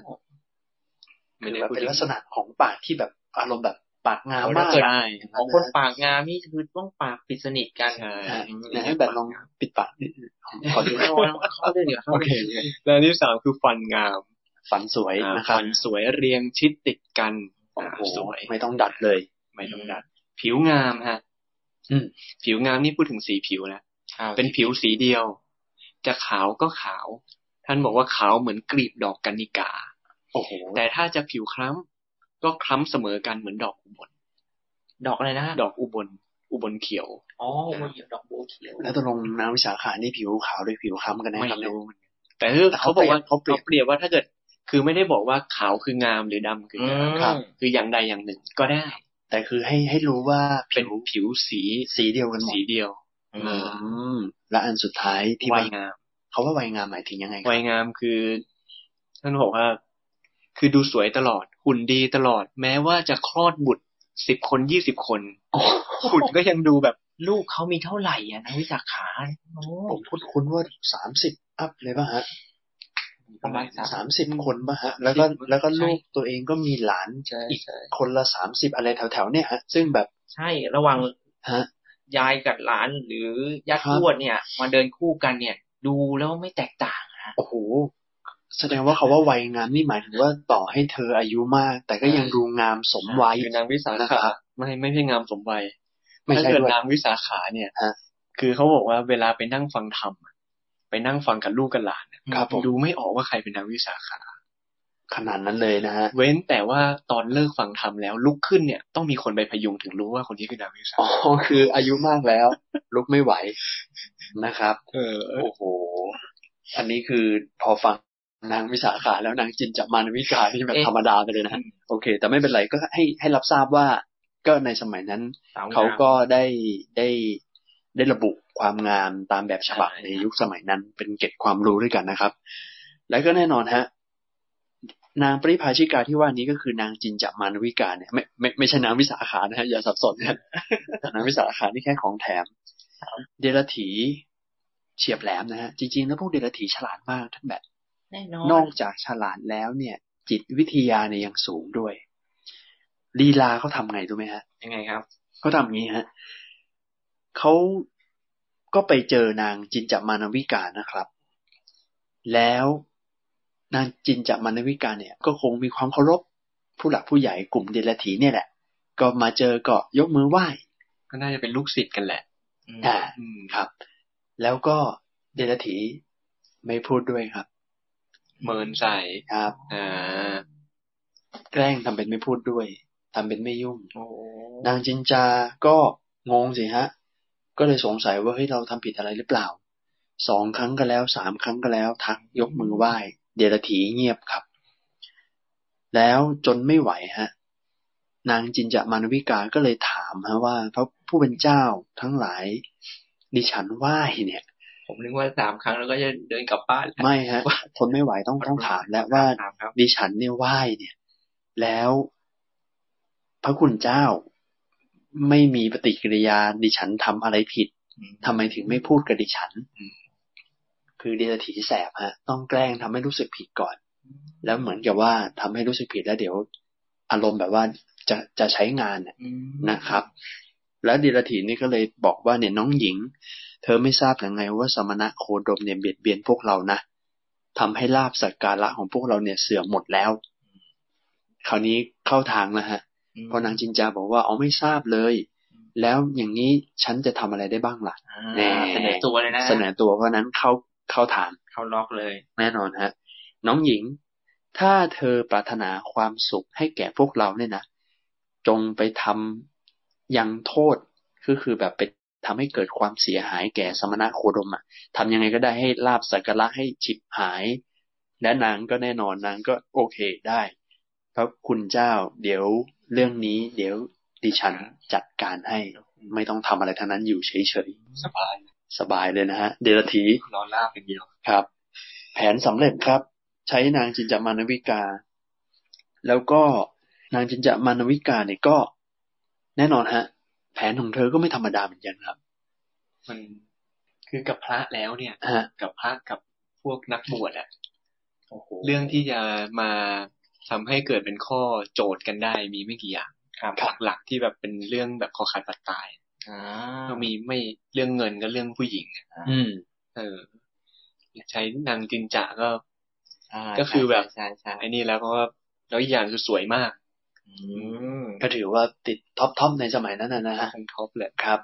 คื ไม่ อ ได้ แบบ พูด เป็น ถึง ลักษณะของปากที่แบบอารมณ์แบบปากงาม โอ้ย มาก ได้ ของคนปากงามนี่คือต้องปากปิดสนิทกัน ใช่ อืม นะให้แบบลองปิดปากนิดนึงขอดู ไม่เอาเอาเข้าเรื่องเดี๋ยวเข้า โอ เรื่ เค อง แล้วอันที่สามคือฟันงาม ฝันสวย อ่า นะครับ ฟันสวยเรียงชิดติดกัน โอ้ อ่า โห สวย ไม่ต้องดัดเลย ไม่ต้องดัด ผิวงามฮะ อืม ผิวงามนี่พูดถึงสีผิวแล้ว เอา เป็นผิวสีเดียว จะขาวก็ขาว ท่านบอกว่าขาวเหมือนกลีบดอกกัญญิกา โอ้โห แต่ถ้าจะผิวคล้ำก็คล้ำเสมอกันเหมือนดอกอุบล ดอกอะไรนะฮะ ดอกอุบล อุบลเขียว อ๋อมันเหี่ยวดอกบัวเขียว แล้วตกลงน้ำวิสาขานี่ผิวขาวหรือผิวคล้ำกันแน่ ไม่ ครับเนี่ย รู้เหมือนกันแต่คือเขาบอกว่า เขา เขา เป เป รี รี ย ย บบ ว่าถ้าเกิด คือไม่ได้บอกว่าขาวคืองามหรือดำคืองาม ครับ คืออย่างใดอย่างหนึ่งก็ได้ แต่คือให้ให้รู้ว่า เป็ ผิ น ว ผิวสี สีเดียวกันหมด สีเดียว อื เอ ม อ อืมและอันสุดท้ายที่ วั ว่าย งาม เขาว่าวัยงามหมายถึงยังไงครับ วัยงามคือ ท่านบอกว่า คือดูสวยตลอด หุ่นดีตลอด แม้ว่าจะคลอดบุตรสิบคนยี่สิบ คนหุ่นก็ยังดูแบบ ลูกเขามีเท่าไหร่อ่ะนะวิสาขาโอ้ ผมคุ้นคุ้นๆว่าสามสิบอัพเลยป่ะฮะ ประมาณสาม สามสิบคนป่ะฮะ แล้วก็แล้วก็ ใช่ ลูกตัวเองก็มีหลาน ใช่ อีก ใช่ คนละสามสิบอะไรแถวๆเนี่ยฮะ ซึ่งแบบ ใช่ ระหว่าง ฮะ ยายกับหลานหรือญาติ ครั ท บ วดเนี่ยมาเดินคู่กันเนี่ย ดูแล้วไม่แตกต่างนะ โอ้โห แสดงว่าเขาว่าวัยงามนี่หมายถึงว่าต่อให้เธออายุมาก แต่ก็ยังดูงามสมวัย คือนางวิสา นะครั ขา บ ไม่ไม่ใช่งามสมวัย ไม่ ถ้า ใช่ เกิด ด้วย นางวิสาขาเนี่ย ฮะ คือเขาบอกว่าเวลาไปนั่งฟังธรรมอะไปนั่งฟังกับลูกกับหลานอะ ครับผม ดูไม่ออกว่าใครเป็นนางวิสาขา ขนาดนั้นเลยนะฮะ เว้นแต่ว่าตอนเลิกฟังธรรมแล้วลุกขึ้นเนี่ย ต้องมีคนไปพยุงถึงรู้ว่าคนนี้คือนางวิสา อ๋อ ขา คืออายุมากแล้ว ลุกไม่ไหวนะครับ เออ โอ้โห อันนี้คือพอฟังนางวิสาขาแล้วนางจินจะมานวิกาที่แบบ เอ๊ะ ธรรมดาไปเลยนะ โอเค แต่ไม่เป็นไรก็ให้ให้รับทราบว่าก็ในสมัยนั้น สวงม เขาก็ได้ได้ได้ระบุความงามตามแบบฉบับ ใช่ ในยุคสมัยนั้นเป็นเกร็ดความรู้ด้วยกันนะครับ แล้วก็แน่นอนฮะ นางปริภาชิกาที่ว่านี้ก็คือนางจินจามานวิกาเนี่ยไม่ไม่ไม่ใช่นางวิสาขานะฮะอย่าสับสน นะนางวิสาขานี่แค่ของแถม เดรัจฉีเฉียบแหลมนะฮะจริงๆแล้วพวกเดรัจฉีฉลาดมากท่านแบบ แน่นอน นอกจากฉลาดแล้วเนี่ย จิตวิทยาเนี่ยยังสูงด้วย ลีลาเขาทำไงรู้ไหมฮะ ยังไงครับ เขาทำอย่างนี้ฮะเขาก็ไปเจอนางจินจามานวิกานะครับ แล้วนางจินจามานวิกาเนี่ย ก็คงมีความเคารพผู้หลักผู้ใหญ่กลุ่มเดลถีเนี่ยแหละ ก็มาเจอก็ยกมือไหว้ ก็น่าจะเป็นลูกศิษย์กันแหละ อืม อ่า อืม ครับ แล้วก็เดลถีไม่พูดด้วยครับ เมินใส่ ครับ อ่า แกล้งทำเป็นไม่พูดด้วยทำเป็นไม่ยุ่ง โอ้โห นางจินจา ก็งงสิฮะ ก็เลยสงสัยว่าเฮ้ยเราทำผิดอะไรหรือเปล่า สองครั้งก็แล้วสามครั้งก็แล้ว ทักยกมือไหว้ เดรถีเงียบครับ แล้วจนไม่ไหวฮะ นางจินจามานวิกาก็เลยถามฮะว่าพระผู้เป็นเจ้าทั้งหลาย ดิฉันไหว้เนี่ย ผมนึกว่าสามครั้งแล้วก็จะเดินกลับบ้านแล้ว ไม่ฮะทนไม่ไหวต้องต้องถามแล้วว่า ถามครับ ดิฉันเนี่ยไหว้เนี่ย แล้วพระคุณเจ้าไม่มีปฏิกิริยา ดิฉันทำอะไรผิดทำไมถึงไม่พูดกับดิฉัน อืม คือเดลถีแสบฮะ ต้องแกล้งทำให้รู้สึกผิดก่อน แล้วเหมือนกับว่าทำให้รู้สึกผิดแล้วเดี๋ยว อารมณ์แบบว่าจะจะใช้งานน่ะ อืม นะครับ แล้วดีรถีนี่ก็เลยบอกว่าเนี่ยน้องหญิง เธอไม่ทราบหรือไงว่าสมณะโคดมเนี่ยเบียดเบียนพวกเรานะทำให้ลาบสักการะของพวกเราเนี่ยเสื่อมหมดแล้ว คราวนี้เข้าทางแล้วฮะ อืม เพราะนางจินจาบอกว่าอ๋อไม่ทราบเลย แล้วอย่างนี้ฉันจะทำอะไรได้บ้างล่ะ อ่า แน่ เสนอตัวเลยนะ เสนอตัวเพราะฉะนั้นเข้าเข้าทาง เข้าล็อกเลย แน่นอนฮะ น้องหญิง ถ้าเธอปรารถนาความสุขให้แก่พวกเราเนี่ยนะ จงไปทำยังโทษก็คือแบบไปทำให้เกิดความเสียหายแก่สมณะโคดมอะทำยังไงก็ได้ให้ลาบสักการะให้ฉิบหาย และนางก็แน่นอนนางก็โอเคได้พระคุณเจ้า เดี๋ยวเรื่องนี้ เดี๋ยวดิฉันจัดการให้ ไม่ต้องทำอะไรทั้งนั้นอยู่เฉย สบาย ๆ สบายเลยนะฮะ เดรธี นอนลาบอย่างเดียว ครับ แผนสำเร็จครับ ใช้นางจินจามานวิกา แล้วก็นางจินจามานวิกาเนี่ยก็ แน่นอนฮะ แผนของเธอก็ไม่ธรรมดาเหมือนกันครับ มันคือกับพระแล้วเนี่ย ฮะ กับพระกับพวกนักบวชอะ โอ้โห เรื่องที่จะมาทำให้เกิดเป็นข้อโจทย์กันได้มีไม่กี่อย่าง ครับ หลักๆที่แบบเป็นเรื่องแบบคอขาดปัดตาย อ่า ก็มีไม่เรื่องเงินกับเรื่องผู้หญิงอะ อืม เออ ใช้นางจินจาก็ อ่า ก็คือแบบ ใช่ใช่ใช่ ไอ้นี่แล้วเพราะว่าแล้วอีกอย่างคือสวยมาก อืม ก็ถือว่าติดท็อปทอปในสมัยนั้นนะนะฮะ ทั้งท็อปเลย ครับ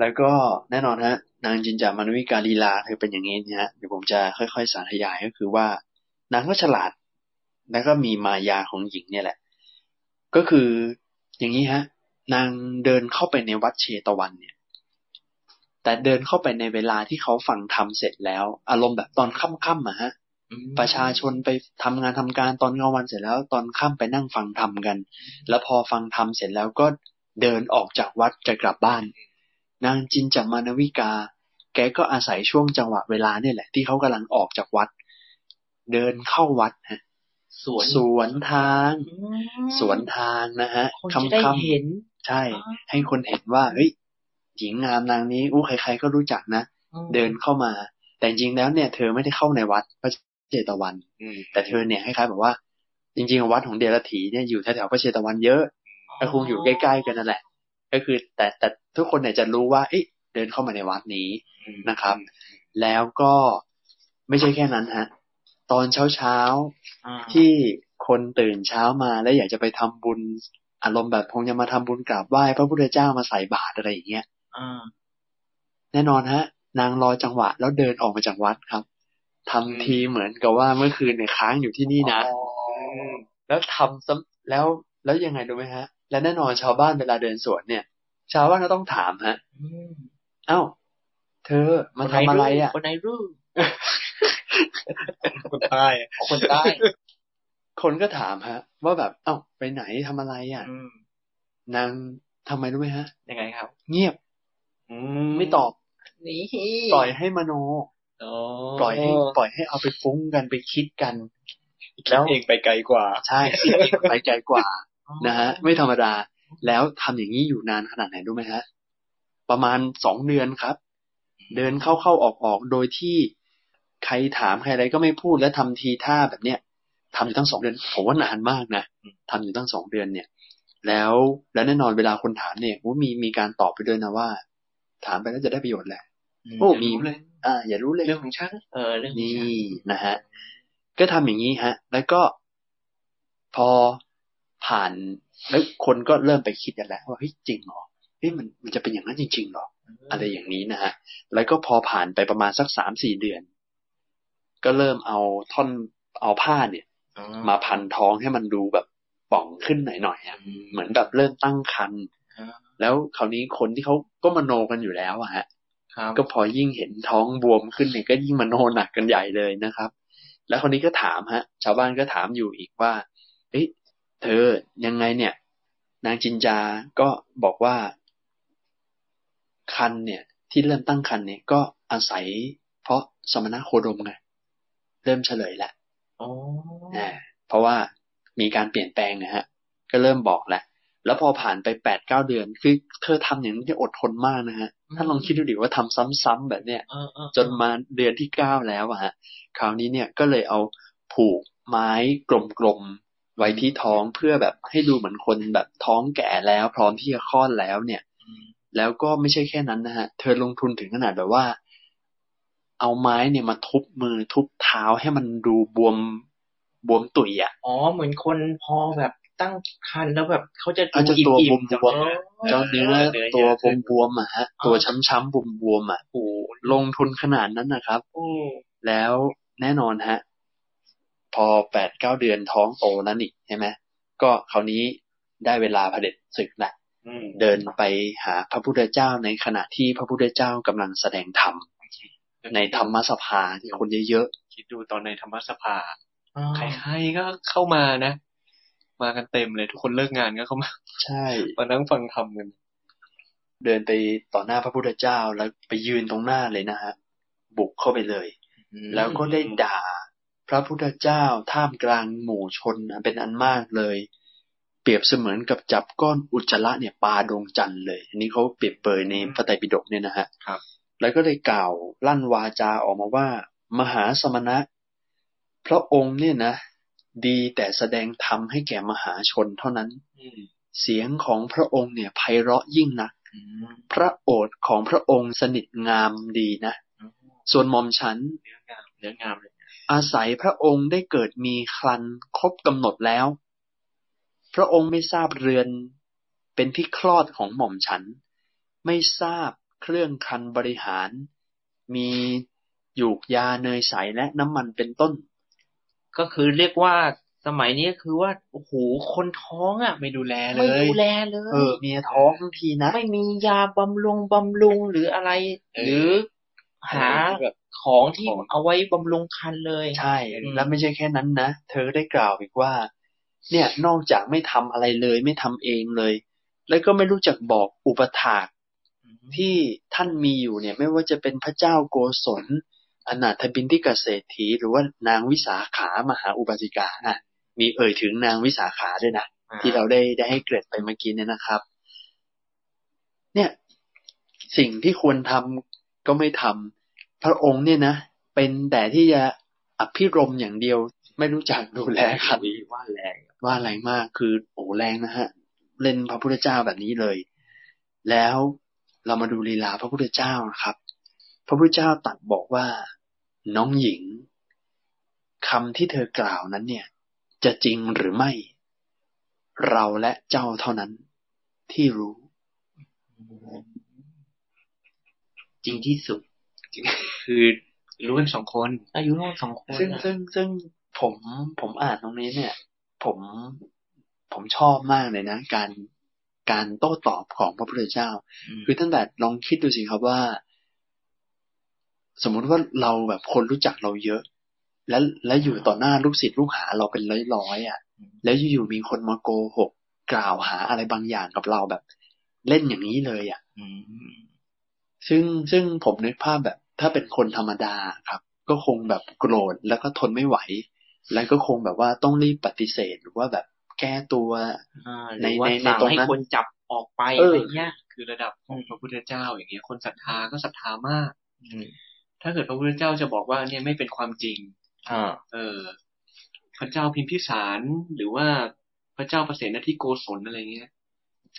แล้วก็แน่นอนฮะ นางจินจามานวิกาลีลาเธอเป็นอย่างนี้นะฮะเดี๋ยวผมจะค่อยๆ สาธยายก็คือว่า นางก็ฉลาด แล้วก็มีมายาของหญิงเนี่ยแหละ ก็คืออย่างนี้ฮะ นางเดินเข้าไปในวัดเชตวันเนี่ย แต่เดินเข้าไปในเวลาที่เขาฟังธรรมเสร็จแล้ว อารมณ์แบบตอนค่ำๆอะฮะ อืม ประชาชนไปทำงานทำการตอนกลางวันเสร็จแล้ว ตอนค่ำไปนั่งฟังธรรมกัน แล้วพอฟังธรรมเสร็จแล้วก็เดินออกจากวัดจะกลับบ้าน นางจินจามานวิกา แกก็อาศัยช่วงจังหวะเวลาเนี่ยแหละ ที่เขากำลังออกจากวัด เดินเข้าวัดฮะ สวน สวนทาง อืม สวนทางนะฮะ คนจะได้ ค่ำๆ เห็น ใช่ อ๋อ ให้คนเห็นว่าเฮ้ยหญิงงามนางนี้อู้ใครๆก็รู้จักนะ เดินเข้ามา แต่จริงๆแล้วเนี่ย เธอไม่ได้เข้าในวัดพระเจตวัน อืม แต่เธอเนี่ยคล้ายๆแบบว่า จริงๆวัดของเดรถีเนี่ยอยู่แถวๆพระเชตวันเยอะก็คงอยู่ใกล้ๆกันนั่นแหละ ก็คือแต่แต่ทุกคนเนี่ยจะรู้ว่า เอ๊ะเดินเข้ามาในวัดนี้ อืม นะครับ แล้วก็ไม่ใช่แค่นั้นฮะ ตอนเช้า อ่า ๆที่คนตื่นเช้ามาแล้วอยากจะไปทำบุญอารมณ์แบบคงจะมาทำบุญกราบไหว้พระพุทธเจ้ามาใส่บาตรอะไรอย่างเงี้ย อ่า แน่นอนฮะ นางรอจังหวะแล้วเดินออกมาจากวัดครับทำทีเหมือนกับว่าเมื่อคืนเนี่ยค้างอยู่ที่นี่นะ อ๋อ แล้วทำซ้ำแล้วแล้วยังไงรู้ไหมฮะ และแน่นอนชาวบ้านเวลาเดินสวนเนี่ย ชาวบ้านก็ต้องถามฮะ อืม เอ้า เธอมาทำอะไรอ่ะ คนไหนรู้ คนใต้ คนใต้ คนก็ถามฮะ ว่าแบบเอ้าไปไหนทำอะไรอ่ะ อืม นางทำไมรู้ไหมฮะ ยังไงครับ เงียบไม่ตอบ นี่ ปล่อยให้มโน โอ้ ปล่อยให้ปล่อยให้เอาไปฟุ้งกันไปคิดกัน แล้ว เองไปไกลกว่า ใช่คิดเองไปไกลกว่า นะฮะไม่ธรรมดาแล้วทำอย่างนี้อยู่นานขนาดไหนรู้ไหมฮะ ประมาณสองเดือนครับ เดินเข้าเข้าออกออกๆโดยที่ใครถามใครอะไรก็ไม่พูดและทำทีท่าแบบเนี้ยทำอยู่ตั้งสองเดือน ผมว่านานมากนะทำอยู่ตั้งสองเดือนเนี่ย แล้วแล้วแน่นอนเวลาคนถามเนี่ยว่ามีมีการตอบไปด้วยนะว่า ถามไปแล้วจะได้ประโยชน์แหละ โอ้มี รู้เลย อ่า อย่ารู้เลย เรื่องของฉัน เออเรื่องของ นี่ ฉัน นะฮะ ก็ทำอย่างนี้ฮะ แล้วก็พอผ่านแล้วคนก็เริ่มไปคิดกันแล้วว่าเฮ้ยจริงเหรอเฮ้ยมันมันจะเป็นอย่างนั้นจริงๆเหรอ อะไรอย่างนี้นะฮะ แล้วก็พอผ่านไปประมาณสักสามสี่เดือน ก็เริ่มเอาท่อนเอาผ้าเนี่ย อ๋อ มาพันท้องให้มันดูแบบป่องขึ้นหน่อยๆอะ เหมือนแบบเริ่มตั้งครรภ์แล้วคราวนี้คนที่เขาก็มโนกันอยู่แล้วอะฮะ ครับ ก็พอยิ่งเห็นท้องบวมขึ้นเนี่ยก็ยิ่งมโนหนักกันใหญ่เลยนะครับ แล้วคนนี้ก็ถามฮะ ชาวบ้านก็ถามอยู่อีกว่าเอ้ยเธอยังไงเนี่ย นางจินจา ก็บอกว่า คันเนี่ย ที่เริ่มตั้งคันเนี่ย ก็อาศัย เพราะสมณะโคดมไงเริ่มเฉลยแล้ว โอ้ อ่าเพราะว่ามีการเปลี่ยนแปลงนะฮะ ก็เริ่มบอกแล้วแล้วพอผ่านไปแปดเก้าเดือน คือเธอทำอย่างนี้เนี่ยอดทนมากนะฮะท่านลองคิดดูดิว่าทำซ้ำๆแบบเนี้ย เออเออ จนมาเดือนที่เก้าแล้วอะฮะ คราวนี้เนี่ยก็เลยเอาผูกไม้กลมๆไว้ที่ท้องเพื่อแบบให้ดูเหมือนคนแบบท้องแก่แล้วพร้อมที่จะคลอดแล้วเนี่ย แล้วก็ไม่ใช่แค่นั้นนะฮะ เธอลงทุนถึงขนาดแบบว่า เอาไม้เนี่ยมาทุบมือทุบเท้าให้มันดูบวมบวมตุยอะ อ๋อเหมือนคนพอแบบตั้งครรภ์แล้วแบบเขาจะ เขาจะ อิ่ม ตัว อิ่ม บวมๆ อ๋อ เจ้าเนื้อ เนื้อเย ตัว อะขึ้น บวมๆอะฮะ ตัวช้ำๆบวมๆอะโอ้โหลงทุนขนาดนั้นนะครับ โอ้ แล้วแน่นอนฮะ พอแปดเก้าเดือนท้องโตนั้นอีกใช่ไหมก็คราวนี้ได้เวลาเผด็จศึกละ อืม เดินไปหาพระพุทธเจ้าในขณะที่พระพุทธเจ้ากำลังแสดงธรรม ในธรรมสภาที่คนเยอะ คิดดูตอนในธรรมสภา อ่า ใครๆก็เข้ามานะ มากันเต็มเลยทุกคนเลิกงานก็เข้ามา ๆใช่ มานั่งฟังธรรมกัน เดินไปต่อหน้าพระพุทธเจ้าแล้วไปยืนตรงหน้าเลยนะฮะ บุกเข้าไปเลย แล้วก็ได้ด่าพระพุทธเจ้าท่ามกลางหมู่ชนอันเป็นอันมากเลย เปรียบเสมือนกับจับก้อนอุจจาระเนี่ยปาดวงจันทร์เลย อันนี้เขาเปรียบเปรยในพระไตรปิฎกเนี่ยนะฮะ ครับ แล้วก็ได้กล่าวลั่นวาจาออกมาว่า มหาสมณะ พระองค์เนี่ยนะ ดีแต่แสดงธรรมให้แก่มหาชนเท่านั้น อืม เสียงของพระองค์เนี่ยไพเราะยิ่งนัก อืม พระโอษฐ์ของพระองค์สนิทงามดีนะ ส่วนหม่อมฉัน เนื้องามเนื้องามเลย อาศัยพระองค์ได้เกิดมีครันครบกำหนดแล้ว พระองค์ไม่ทราบเรือน เป็นที่คลอดของหม่อมฉัน ไม่ทราบเครื่องครันบริหาร มีหยูกยาเนยใสและน้ำมันเป็นต้น ก็คือเรียกว่าสมัยนี้คือว่าโอ้โหคนท้องอ่ะ ไม่ดูแล เลไม่ยดูแลเล เออย เมียท้องทีนะ ไม่มียาบำรุงบำรุงหรืออะไร หรือหา แบบ ของที่ ของ เอาไว้บำรุงคันเลย ใช่ อืม แล้วไม่ใช่แค่นั้นนะ เธอได้กล่าวอีกว่า เนี่ยนอกจากไม่ทำอะไรเลยไม่ทำเองเลย แล้วก็ไม่รู้จักบอกอุปถาก ที่ท่านมีอยู่เนี่ยไม่ว่าจะเป็นพระเจ้าโกศลอนาถบินทิกเศรษฐีหรือว่านางวิสาขามหาอุบาสิกาอ่ะมีเอ่ยถึงนางวิสาขาด้วยนะ อ่า ที่เราได้ได้ให้เกริดไปเมื่อกี้เนี่ยนะครับ เนี่ย สิ่งที่ควรทำก็ไม่ทำพระองค์เนี่ยนะเป็นแต่ที่จะอภิรมย์อย่างเดียว ไม่รู้จักดูแลขัน ว่าแรง ว่าแรงมากคือโอ้แรงนะฮะ เล่นพระพุทธเจ้าแบบนี้เลย แล้วเรามาดูลีลาพระพุทธเจ้านะครับ พระพุทธเจ้าตรัดบอกว่า น้องหญิงคำที่เธอกล่าวนั้นเนี่ย จะจริงหรือไม่ เราและเจ้าเท่านั้น ที่รู้ จริงที่สุด คือรู้กันสองคน อายุร่วมสองคน ซึ่ง อะ ซึ่งซึ่งผมผมอ่านตรงนี้เนี่ย ผมผมชอบมากเลยนะ การการโต้ตอบของพระพุทธเจ้า ม คือท่านแบบลองคิดดูสิครับว่า สมมุติว่าเราแบบคนรู้จักเราเยอะ แล้วแล้วอยู่ต่อหน้าลูกศิษย์ลูกหาเราเป็นร้อยๆอ่ะ แล้วอยู่ๆมีคนมาโกหก กล่าวหาอะไรบางอย่างกับเราแบบ เล่นอย่างนี้เลยอ่ะ ม ซึ่งซึ่งผมนึกภาพแบบ ถ้าเป็นคนธรรมดาครับ ก็คงแบบโกรธแล้วก็ทนไม่ไหว แล้วก็คงแบบว่าต้องรีบปฏิเสธหรือว่าแบบแก้ตัว อ่าห ใน รือว่า ในใน สั่ง ตรง ให้ นั้น คนจับออกไป เอ อะ อ ไรเงี้ย คือระดับของพระพุทธเจ้าอย่างเงี้ยคนศรัทธาก็ศรัทธามาก อืม ถ้าเกิดพระพุทธเจ้าจะบอกว่าเนี่ยไม่เป็นความจริง อ่า เออพระเจ้าพิมพิสารหรือว่าพ ระเจ้าประเสนที่โกศลอะไรเงี้ย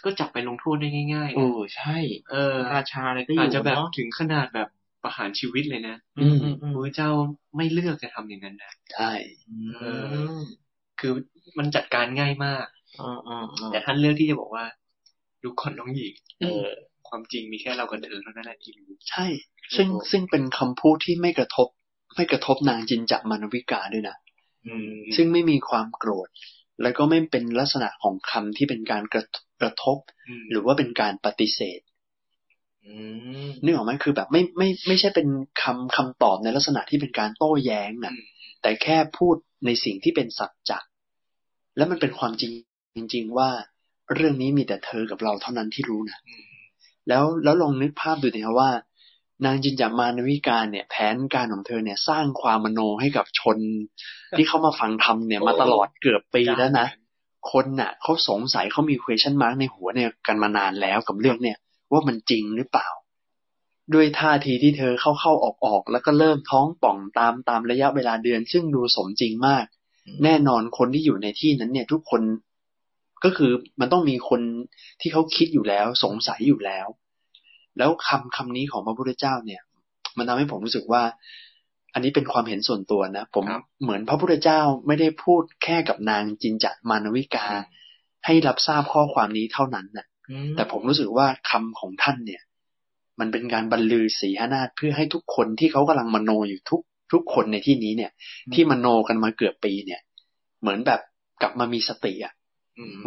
ก็จับไปลงโทษได้ง่ายๆ โอ้ นะ ใช่ เออ ราชาอะไรก็อ อา ยู่ จจะแบบ เนาะ ถึงขนาดแบบประหารชีวิตเลยนะ อืมอืมอืม พระเจ้าไม่เลือกจะทำอย่างนั้นนะ ใช่ เอ คือมันจัดการง่ายมาก อืมอืมอืม แต่ท่านเลือกที่จะบอกว่า ดูก่อนน้องหญิง เออ ความจริงมีแค่เรากับเธอเท่านั้นแหละที่รู้ ใช่ ซึ่ง อืม ซึ่งเป็นคำพูดที่ไม่กระทบ ไม่กระทบนางจินจักมานวิกาด้วยนะ อืม ซึ่งไม่มีความโกรธ แล้วก็ไม่เป็นลักษณะของคำที่เป็นการกระกระทบ หรือว่าเป็นการปฏิเสธ อืม นึกออกไหมคือแบบไม่ไม่ไม่ใช่เป็นคำคำตอบในลักษณะที่เป็นการโต้แย้งนะแต่แค่พูดในสิ่งที่เป็นสัจจะและมันเป็นความจริงจริง ๆ ว่าเรื่องนี้มีแต่เธอกับเราเท่านั้นที่รู้นะแล้วแล้วลองนึกภาพดูนะครับว่า นางจินจามานวิการเนี่ย แผนการของเธอเนี่ย สร้างความมโนให้กับชน ที่เข้ามาฟังธรรมเนี่ยมาตลอดเกือบปีแล้วนะ คนน่ะเขาสงสัยเขามี question mark ในหัวเนี่ยกันมานานแล้วกับเรื่องเนี่ย ว่ามันจริงหรือเปล่า ด้วยท่าทีที่เธอเข้าเข้าออกออกๆ แล้วก็เริ่มท้องป่องตามตามระยะเวลาเดือน ซึ่งดูสมจริงมาก แน่นอนคนที่อยู่ในที่นั้นเนี่ยทุกคนก็คือมันต้องมีคนที่เขาคิดอยู่แล้ว สงสัยอยู่แล้ว แล้วคำคำนี้ของพระพุทธเจ้าเนี่ย มันทำให้ผมรู้สึกว่า อันนี้เป็นความเห็นส่วนตัวนะ ผมเหมือนพระพุทธเจ้าไม่ได้พูดแค่กับนางจินจัมานวิกา ให้รับทราบข้อความนี้เท่านั้นนะ อื แต่ผมรู้สึกว่าคำของท่านเนี่ย มันเป็นการบรรลือสีหนาถเพื่อให้ทุกคนที่เขากำลังมโนอยู่ทุก ทุกคนในที่นี้เนี่ย ที่มโนกันมาเกือบปีเนี่ย เหมือนแบบกลับมามีสติอะ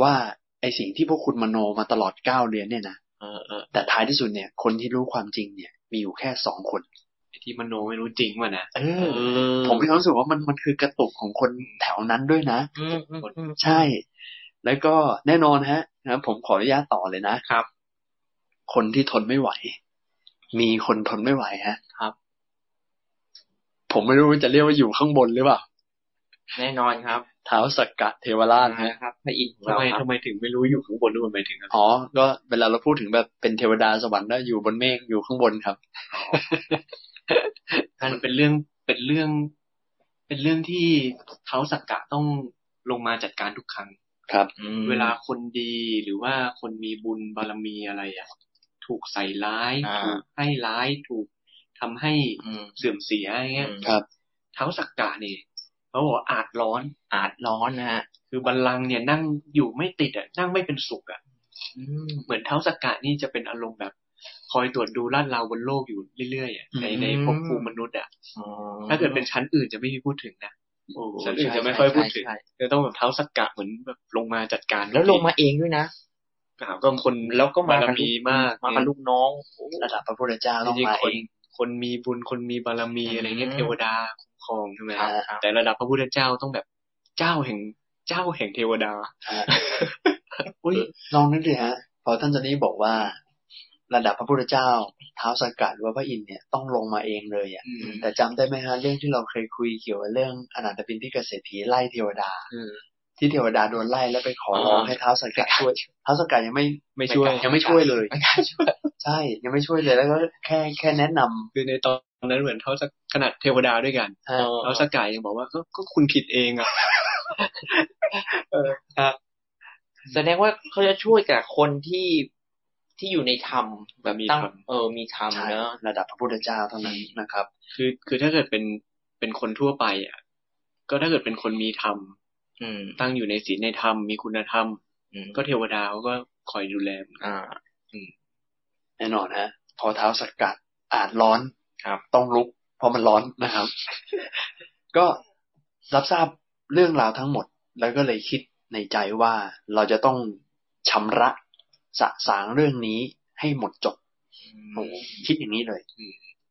ว่าไอสิ่งที่พวกคุณมโนมาตลอดเก้าเดือนเนี่ยนะ เออเออ แต่ท้ายที่สุดเนี่ย คนที่รู้ความจริงเนี่ย มีอยู่แค่สองคน ไอ้ที่มโนไม่รู้จริงว่ะนะ เอ เออ ผมมีความรู้สึกว่ามันมันคือกระตุกของคนแถวนั้นด้วยนะ อืมอืมอืม ใช่ แล้วก็แน่นอนฮะนะครับผมขออนุญาตต่อเลยนะครับ คนที่ทนไม่ไหว มีคนทนไม่ไหวฮะ ครับ ผมไม่รู้ว่าจะเรียกว่าอยู่ข้างบนหรือเปล่า แน่นอนครับ เท้าวสักกะเทวราชฮะ นะครับพระอินทร์ของ ทำ เรา ไม ครับ ทำไมถึงไม่รู้อยู่ข้างบนด้วยหมายถึงอะไร อ๋อ ก็เวลาเราพูดถึงแบบเป็นเทวดาสวรรค์ได้อยู่บนเมฆอยู่ข้างบนครับ มันเป็นเรื่องเป็นเรื่อง เป็นเรื่องที่เท้าสักกะต้องลงมาจัดการทุกครั้ง ครับ อืม เวลาคนดีหรือว่าคนมีบุญบารมีอะไรอ่ะ ถูกใส่ร้าย อ่า ถูกให้ร้ายถูกทำให้ อืม เสื่อมเสียอะไรเงี้ย ครับ เท้าสักกะเนี่ยเขาบอกว่าอาจร้อน อาจร้อนนะฮะ คือบัลลังก์เนี่ยนั่งอยู่ไม่ติดอ่ะนั่งไม่เป็นสุขอ่ะ อืม เหมือนเท้าสกกัดนี่จะเป็นอารมณ์แบบ คอยตรวจดูลาดเราบนโลกอยู่เรื่อยๆอ่ะใน อืม ในภพภูมิมนุษย์อ่ะ อ๋อ ถ้าเกิดเป็นชั้นอื่นจะไม่มีพูดถึงนะ โอ้ ชั้นอื่นจะไม่ค่อยพูดถึง ใช่ใช่ จะต้องแบบเท้าสักกะเหมือนแบบลงมาจัดการ แล้วลงมาเองด้วยนะ กล่าวก็คน แล้วก็มา บาร กันลู มีมาก มากับลูกน้อง ระดับพระพุทธเจ้า จ ต้อง ริง มา ๆค เอน ง คนมีบุญคนมีบารมี อืม อะไรเงี้ยเทวดาคุ้มครองใช่ไหม ครับ แต่ระดับพระพุทธเจ้าต้องแบบเจ้าแห่งเจ้าแห่งเทวดา อุ้ยลองนึกดิฮะ พอท่านเจานี้บอกว่า ระดับพระพุทธเจ้าเท้าวสักกะหรือว่าพระอินทร์เนี่ยต้องลงมาเองเลยอ่ะ อืม แต่จำได้ไหมฮะเรื่องที่เราเคยคุยเกี่ยวกับเรื่องอนาถบินที่เกษตรถีไล่เทวดา อืม ที่เทวดาโดนไล่แล้วไปขอร้อง อ่า ให้เท้าวสักกะช่วยเท้าวสักกะยังไม่ ไม่ช่วย ยังไม่ช่วยเลย ใช่ ยังไม่ช่วยเลยแล้วก็แค่แค่แนะนำ คือในตอนนั้นเหมือนเขาจะขนาดเทวดาด้วยกัน ฮะ แล้วสกายยังบอกว่าก็ก็คุณผิดเองอ่ะ แสดงว่าเขาจะช่วยกับคนที่ที่อยู่ในธรรมแบบ มี ตั้ง ธรรม เออมีธรรม ใช่ เนอะ ระดับพระพุทธเจ้าเท่านั้นนะครับ คือคือถ้าเกิดเป็นเป็นคนทั่วไปอ่ะก็ถ้าเกิดเป็นคนมีธรรม อืม ตั้งอยู่ในศีลในธรรมมีคุณธรรม อืม ก็เทวดาเขาก็คอยดูแล อ่า แน่นอนฮะพอเท้าสักกัดอาจร้อน ครับ ต้องลุก เพราะมันร้อนนะครับ ก็รับทราบเรื่องราวทั้งหมด แล้วก็เลยคิดในใจว่าเราจะต้องชำระสะสางเรื่องนี้ให้หมดจบ โอ้ คิดอย่างนี้เลย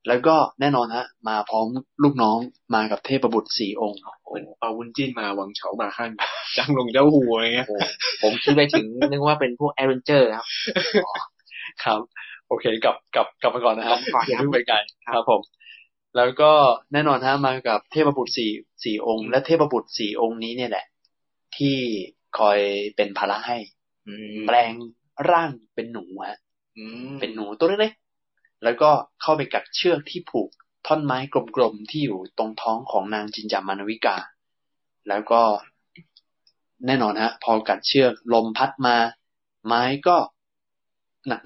แล้วก็แน่นอนฮะมาพร้อมลูกน้องมากับเทพบุตรสี่องค์ เหมือนเปาวุ้นจิ้นมาหวังเฉ ามาขั้นจังหลงเจ้าหัวอะไรเงี้ย โหผมคิดไปถึง นึกว่าเป็นพวกแอดเวนเจอร์ครับ ครับ โอเคกลับกลับกลับมาก่อนนะฮะ กลับมาก่อน อย่าเพิ่งไปไกลครับผม แล้วก็แน่นอนฮะมากับเทพบุตรสี่สี่องค์ และเทพบุตรสี่องค์นี้เนี่ยแหละ ที่คอยเป็นภาระให้ อืม แปลงร่างเป็นหนูฮะ อืม เป็นหนูตัวเล็กๆแล้วก็เข้าไปกัดเชือกที่ผูกท่อนไม้กลมๆที่อยู่ตรงท้องของนางจินจามานวิกา แล้วก็ แน่นอนฮะ พอกัดเชือกลมพัดมา ไม้ก็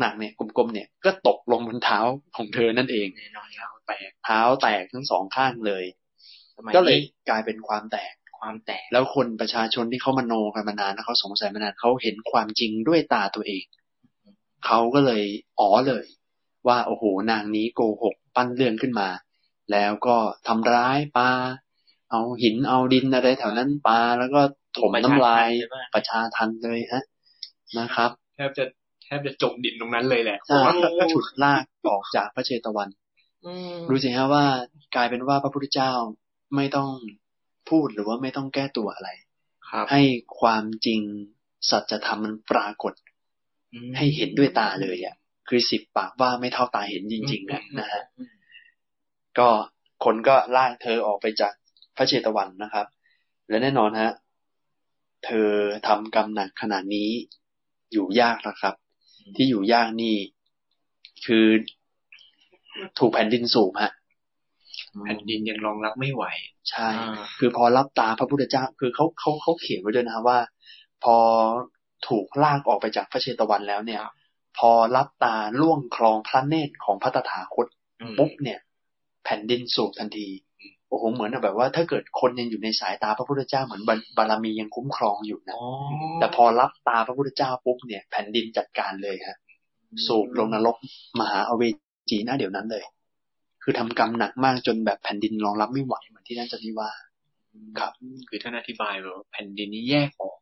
หนักๆเนี่ยกลมๆเนี่ยก็ตกลงบนเท้าของเธอนั่นเอง แน่นอนครับ แตกเท้าแตกทั้งสองข้างเลย สมัย ก็เลย นี้ กลายเป็นความแตก ความแตก แล้วคนประชาชนที่เขามโนกันมานานนะเขาสงสัยมานานเขาเห็นความจริงด้วยตาตัวเอง เขาก็เลยอ๋อเลย ว่าโอ้โหนางนี้โกหกปั้นเรื่องขึ้นมา แล้วก็ทำร้ายปลาเอาหินเอาดินอะไรแถวนั้นปลาแล้วก็ถมน้ำลายประชาทันเลยฮะนะครับ แทบจะแทบจะจมดินตรงนั้นเลยแหละ ใช่แล้วก็ฉุดลากออกจากพระเชตวัน อืม รู้สิฮะว่ากลายเป็นว่าพระพุทธเจ้าไม่ต้องพูดหรือว่าไม่ต้องแก้ตัวอะไร ครับ ให้ความจริงสัจธรรมมันปรากฏ อืม ให้เห็นด้วยตาเลยอ่ะ คือสิบปากว่าไม่เท่าตาเห็นจริงๆนะนะฮะ ก็คนก็ลากเธอออกไปจากพระเชตวันนะครับ และแน่นอนฮะ เธอทำกรรมหนักขนาดนี้อยู่ยากนะครับ ที่อยู่ยากนี่ คือถูกแผ่นดินสูบฮะ อืม แผ่นดินยังรองรับไม่ไหว ใช่ อ่า คือพอรับตาพระพุทธเจ้า คือเขาเขาเขาเขียนไว้ด้วยนะว่า พอถูกลากออกไปจากพระเชตวันแล้วเนี่ย พอรับตาล่วงคลองพระเนตรของพระตถาคต อืม ปุ๊บเนี่ย แผ่นดินสูบทันที โอ้โห เหมือนแบบว่า ถ้าเกิดคนยังอยู่ในสายตาพระพุทธเจ้าเหมือนบารบารมียังคุ้มครองอยู่นะ อ๋อ แต่พอรับตาพระพุทธเจ้าปุ๊บเนี่ย แผ่นดินจัดการเลยฮะ สูบลงนรกมหาอเวจีนะเดี๋ยวนั้นเลย คือทำกรรมหนักมากจนแบบแผ่นดินรองรับไม่ไหวเหมือนที่นั่นจะที่ว่า ครับ คือท่านอธิบายแบบว่าแผ่นดินนี้แยกออก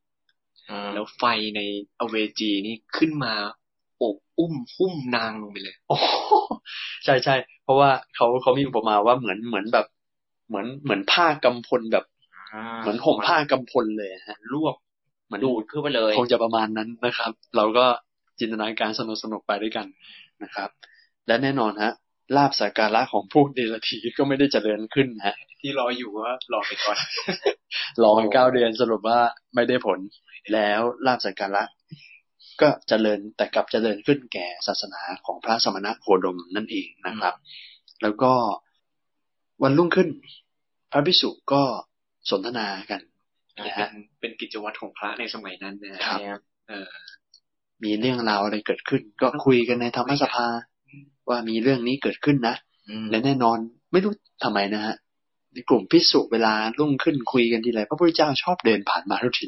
อืม แล้วไฟในอเวจีนี่ขึ้นมาโอบอุ้มหุ้มนางลงไปเลย โอ้โหใช่ใช่เพราะว่าเขาเขามีอุปมาว่าเหมือนเหมือนแบบ เหมือนเหมือนผ้ากำพลแบบ เหมือนห่มผ้ากำพลเลยฮะ รวบ เหมือน ดูดเข้าไปเลย คงจะประมาณนั้นนะครับ เราก็จินตนาการสนุกสนุกๆไปด้วยกันนะครับ และแน่นอนฮะลาบสักการะของพวกเดลทีก็ไม่ได้เจริญขึ้นฮะ ที่รออยู่ว่ารอไปก่อน รอมาเก้าเดือนสรุปว่าไม่ได้ผล แล้วลาบสักการะก็เจริญแต่กลับเจริญขึ้นแก่ศาสนาของพระสมณะโคดมนั่นเองนะครับ แล้วก็วันรุ่งขึ้น พระภิกษุก็สนทนากัน เป็น นะฮะ เป็นกิจวัตรของพระในสมัยนั้นนะฮะ ครับ เออ มีเรื่องราวอะไรเกิดขึ้น ก็คุยกันในธรรมสภา ว่ามีเรื่องนี้เกิดขึ้นนะ อืม และแน่นอนไม่รู้ทำไมนะฮะในกลุ่มภิกษุเวลารุ่งขึ้นคุยกันทีไรพระพุทธเจ้าชอบเดินผ่านมาทุกที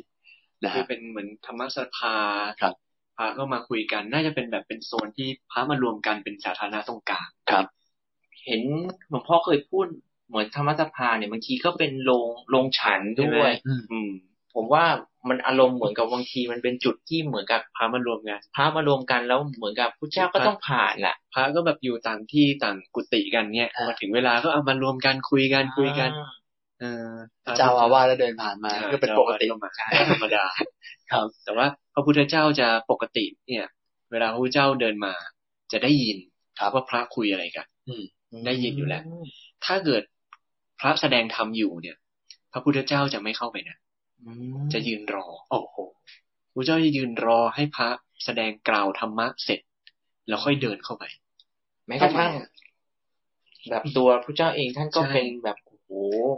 นะ คือ ฮะ เป็นเหมือนธรรมสภา ครับ พระก็มาคุยกัน น่าจะเป็นแบบเป็นโซนที่พระมารวมกันเป็นสาธารณะตรงกลาง ครับ เห็นหลวงพ่อเคยพูดเหมือนธรรมสภาเนี่ยบางทีก็เป็นโรงโรงฉันด้วย อืม อืม ผมว่ามันอารมณ์เหมือนกับบางทีมันเป็นจุดที่เหมือนกับพามารวมกันพามารวมกันแล้วเหมือนกับพระเจ้าก็ต้องผ่านล่ะ พระก็แบบอยู่ต่างที่ต่างกุฏิกันเนี่ย อ่าม มาถึงเวลาก็เอามารวมกันคุยกันคุยกัน เออ เจ้าอาวาสแล้วเดินผ่านมา ใช่ ก็เป็นปกติ จ้าอาวาสก็มาธรรมดา ครับ แต่ว่าพระพุทธเจ้าจะปกติเนี่ย เวลาพระพุทธเจ้าเดินมา จะได้ยิน ครับ ว่าพระคุยอะไรกัน อืม ได้ยินอยู่แล้ว ถ้าเกิดพระแสดงธรรมอยู่เนี่ย พระพุทธเจ้าจะไม่เข้าไปนะ จะยืนรอ โอ้โห พระเจ้าจะยืนรอให้พระแสดงกล่าวธรรมะเสร็จ แล้วค่อยเดินเข้าไป แม้กระทั่ง แบบตัวพระเจ้าเองท่านก็ ใช่ เป็นแบบโอ้โห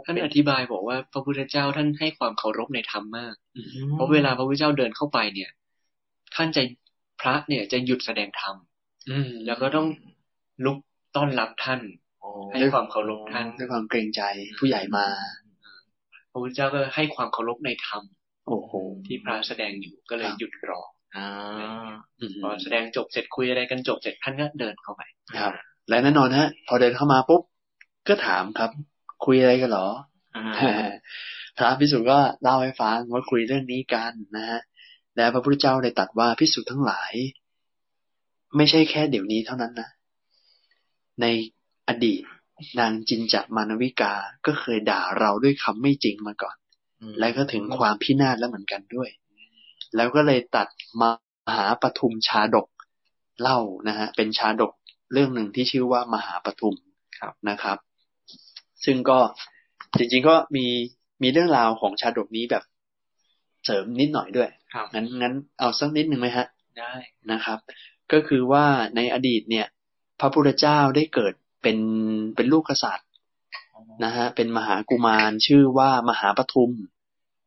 ท่านอธิบายบอกว่าพระพุทธเจ้าท่านให้ความเคารพในธรรมมาก อืม เพราะเวลาพระพุทธเจ้าเดินเข้าไปเนี่ย ท่านจะพระเนี่ยจะหยุดแสดงธรรม อืม แล้วก็ต้องลุกต้อนรับท่าน ให้ความเคารพท่าน ด้วยความเกรงใจผู้ใหญ่มา พระพุทธเจ้าก็ให้ความเคารพในธรรม โอ้โห ที่พระแสดงอยู่ก็เล ค ย รับ หยุดรอ อ่า อืม พอแสดงจบเสร็จคุยอะไรกันจบเสร็จท่านก็เดินเข้าไป ครับและแน่นอนฮะ พอเดินเข้ามาปุ๊บ ก็ถามครับ คุยอะไรกันเหรอ อ่า พระพิสุก็เล่าให้ฟังว่าคุยเรื่องนี้กันนะฮะและพระพุทธเจ้าได้ตรัสว่าพิสุทั้งหลาย ไม่ใช่แค่เดี๋ยวนี้เท่านั้นนะ ในอดีตนางจินจะมานวิกาก็เคยด่าเราด้วยคำไม่จริงมาก่อน และก็ถึงความพินาศแล้วเหมือนกันด้วย แล้วก็เลยตัดมาหาปทุมชาดกเล่านะฮะ เป็นชาดกเรื่องหนึ่งที่ชื่อว่ามหาปทุม ครับ นะครับ ซึ่งก็จริงๆก็มีมีเรื่องราวของชาดกนี้แบบเสริมนิดหน่อยด้วย ครับ งั้นงั้นเอาสักนิดหนึ่งไหมฮะ ได้ นะครับ ก็คือว่าในอดีตเนี่ย พระพุทธเจ้าได้เกิดเป็นเป็นลูกกษัตริย์นะฮะเป็นมหากุมารชื่อว่ามหาปทุม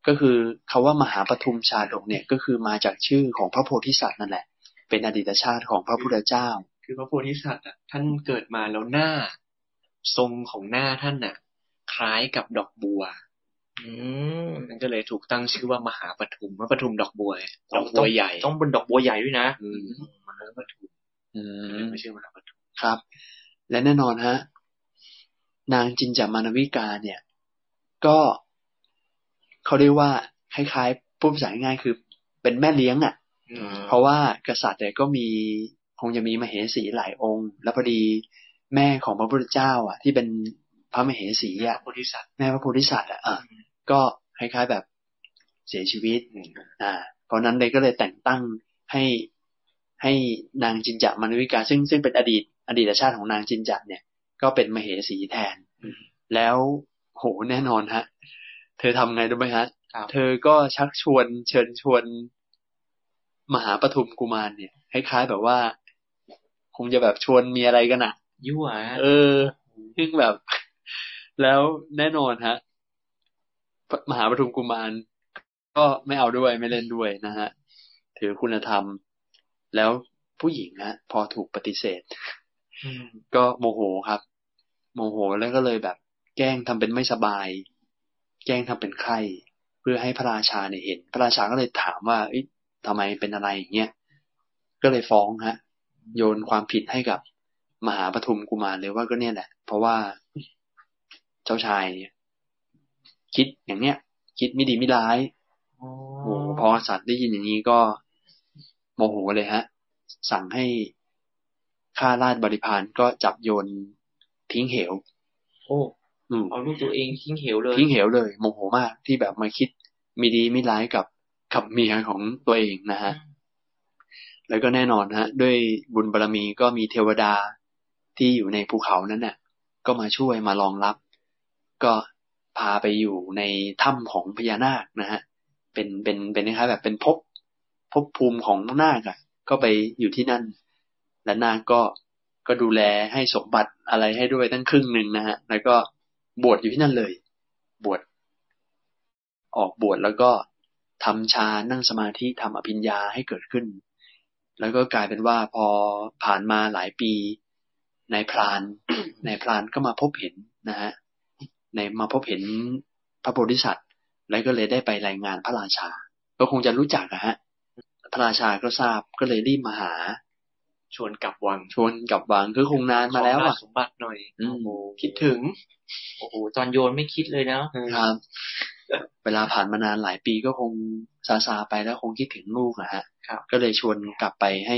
ก็คือคาว่ามหาปทุมชาดกเนี่ยก็คือมาจากชื่อของพระโพธิสัตว์นั่นแหละ เป็นอดีตชาติของพระพุทธเจ้า คือพระโพธิสัตว์อะท่านเกิดมาแล้วหน้า ทรงของหน้าท่านน่ะ คล้ายกับดอกบัว อืม นั่นก็เลยถูกตั้งชื่อว่ามหาปทุมว่าปทุมดอกบัวไงด ต้ออง กบัวใหญ่ ต้องเป็นดอกบัวใหญ่ด้วยนะ อืม มหาปทุม อืม ไม่ใช่มหาปทุม ครับ และแน่นอนฮะ นางจินจามานวิกาเนี่ย ก็เขาเรียกว่าคล้ายๆพูดภาษาง่ายๆคือ เป็นแม่เลี้ยงอะ่ะ อืม เพราะว่ากษัตริย์เนี่ยก็มีคงจะมีมเหสีหลายองค์ แล้วพอดีแม่ของพระพุทธเจ้า อ่ะ ที่เป็นพระมเหสี พ อ่ะ ระโพธิสัตว์ แม่พระโพธิสัตว์อ่ะอ่ะก็คล้ายๆแบบเสียชีวิต อืม อ่า เพราะนั้นเลยก็เลยแต่งตั้งให้ให้นางจินจามานวิกา ซึ่งซึ่งเป็นอดีต อดีตชาติของนางจินจะเนี่ย ก็เป็นมเหสีแทน แล้วโหแน่นอนฮะ เธอทำไงรู้ไหมฮะ เธอก็ชักชวนเชิญชวน มหาปฐุมกุมารเนี่ยคล้ายๆแบบว่า คงจะแบบชวนมีอะไรกันอะ ยั่วฮะ เออซึ่งแบบ แล้วแน่นอนฮะ มหาปทุมกุมาร ก็ไม่เอาด้วยไม่เล่นด้วยนะฮะ ถือคุณธรรม แล้วผู้หญิงฮะ พอถูกปฏิเสธ อืม ก็โมโหครับ โมโหแล้วก็เลยแบบ แกล้งทำเป็นไม่สบาย แกล้งทำเป็นไข้เพื่อให้พระราชาเนี่ยเห็น พระราชาก็เลยถามว่าเอ๊ะทำไมเป็นอะไรอย่างเงี้ยก็เลยฟ้องฮะ โยนความผิดให้กับมหาปทุมกุมารเลยว่าก็เนี่ยแหละ เพราะว่าเจ้าชายเนี่ยคิดอย่างเนี้ย คิดไม่ดีไม่ร้าย โอ้โหพอสัตว์ได้ยินอย่างนี้ก็โมโหเลยฮะ สั่งให้ข้าราชบริพารก็จับโยนทิ้งเหว โอ้ อืม เอาลูกตัวเองทิ้งเหวเลย ทิ้งเหวเลย โมโหมากที่แบบมาคิดมีดีไม่ร้ายกับกับเมียของตัวเองนะฮะ แล้วก็แน่นอนฮะ ด้วยบุญบารรมีก็มีเทวดาที่อยู่ในภูเขานั้นน่ะ ก็มาช่วยมารองรับ ก็พาไปอยู่ในถ้ำของพญานาคนะฮะเป็นเป็นเป็นคล้ายๆแบบเป็นภพภพภูมิของนาคอะก็ไปอยู่ที่นั่น และนาคก็ก็ดูแลให้สมบัติอะไรให้ด้วยตั้งครึ่งหนึ่งนะฮะ แล้วก็บวชอยู่ที่นั่นเลย บวชออกบวชแล้วก็ทำฌานนั่งสมาธิทำอภิญญาให้เกิดขึ้น แล้วก็กลายเป็นว่าพอผ่านมาหลายปีนายพราน นายพรานก็มาพบเห็นนะฮะในมาพบเห็นพระโพธิสัตว์ แล้วก็เลยได้ไปรายงานพระราชา ก็คงจะรู้จักอะฮะ พระราชาก็ทราบก็เลยรีบมาหา ชวนกลับวัง ชวนกลับวังคือคงนานมาแล้ว ขอ อ่ะ รชสมบัติหน่อย อืม โอ้โหคิดถึง โอ้โหตอนโยนไม่คิดเลยนะครับ เวลาผ่านมานานหลายปีก็คงซาซาๆไปแล้วคงคิดถึงลูกอะฮะ ครับ ก็เลยชวนกลับไปให้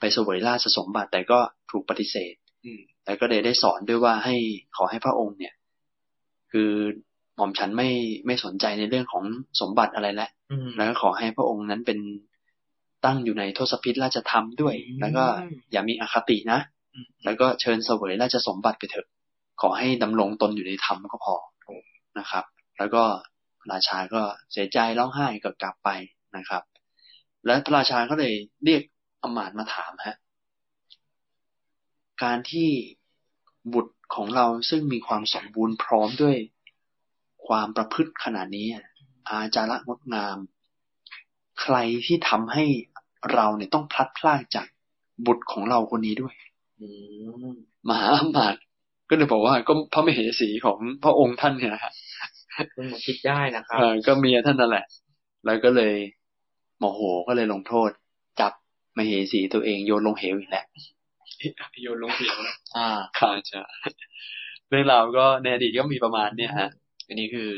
ไปเสวยราชสมบัติ แต่ก็ถูกปฏิเสธ อืม แต่ก็เลยได้สอนด้วยว่าให้ขอให้พระองค์เนี่ย คือหม่อมฉันไม่ไม่สนใจในเรื่องของสมบัติอะไรแล้ว อืม แล้วก็ขอให้พระองค์นั้นเป็นตั้งอยู่ในทศพิธราชธรรมด้วย อืม แล้วก็อย่ามีอคตินะ อืม แล้วก็เชิญเสวยราชสมบัติไปเถอะ ขอให้ดำรงตนอยู่ในธรรมก็พอนะครับ แล้วก็ราชาก็เสียใจร้องไห้ก็กลับไปนะครับ และพระราชาก็เลยเรียกอำมาตย์มาถามฮะ การที่บุตรของเราซึ่งมีความสมบูรณ์พร้อมด้วยความประพฤติขนาดนี้อะอาจาระงดงาม ใครที่ทำให้เราเนี่ยต้องพลัดพรากจากบุตรของเราคนนี้ด้วย อืม มหาอำมาตย์ก็เลยบอกว่าก็พระมเหสีของพระองค์ท่านเนี่ยนะฮะ เพิ่งมาคิดได้นะครับ เออก็เมียท่านนั่นแหละ แล้วก็เลยโมโหก็เลยลงโทษ จับมเหสีตัวเองโยนลงเหวอีกแล้ว โยนลงเหว อ่าค่ะจะ เรื่องราวก็ในอดีตก็มีประมาณเนี่ยฮะ อันนี้คือ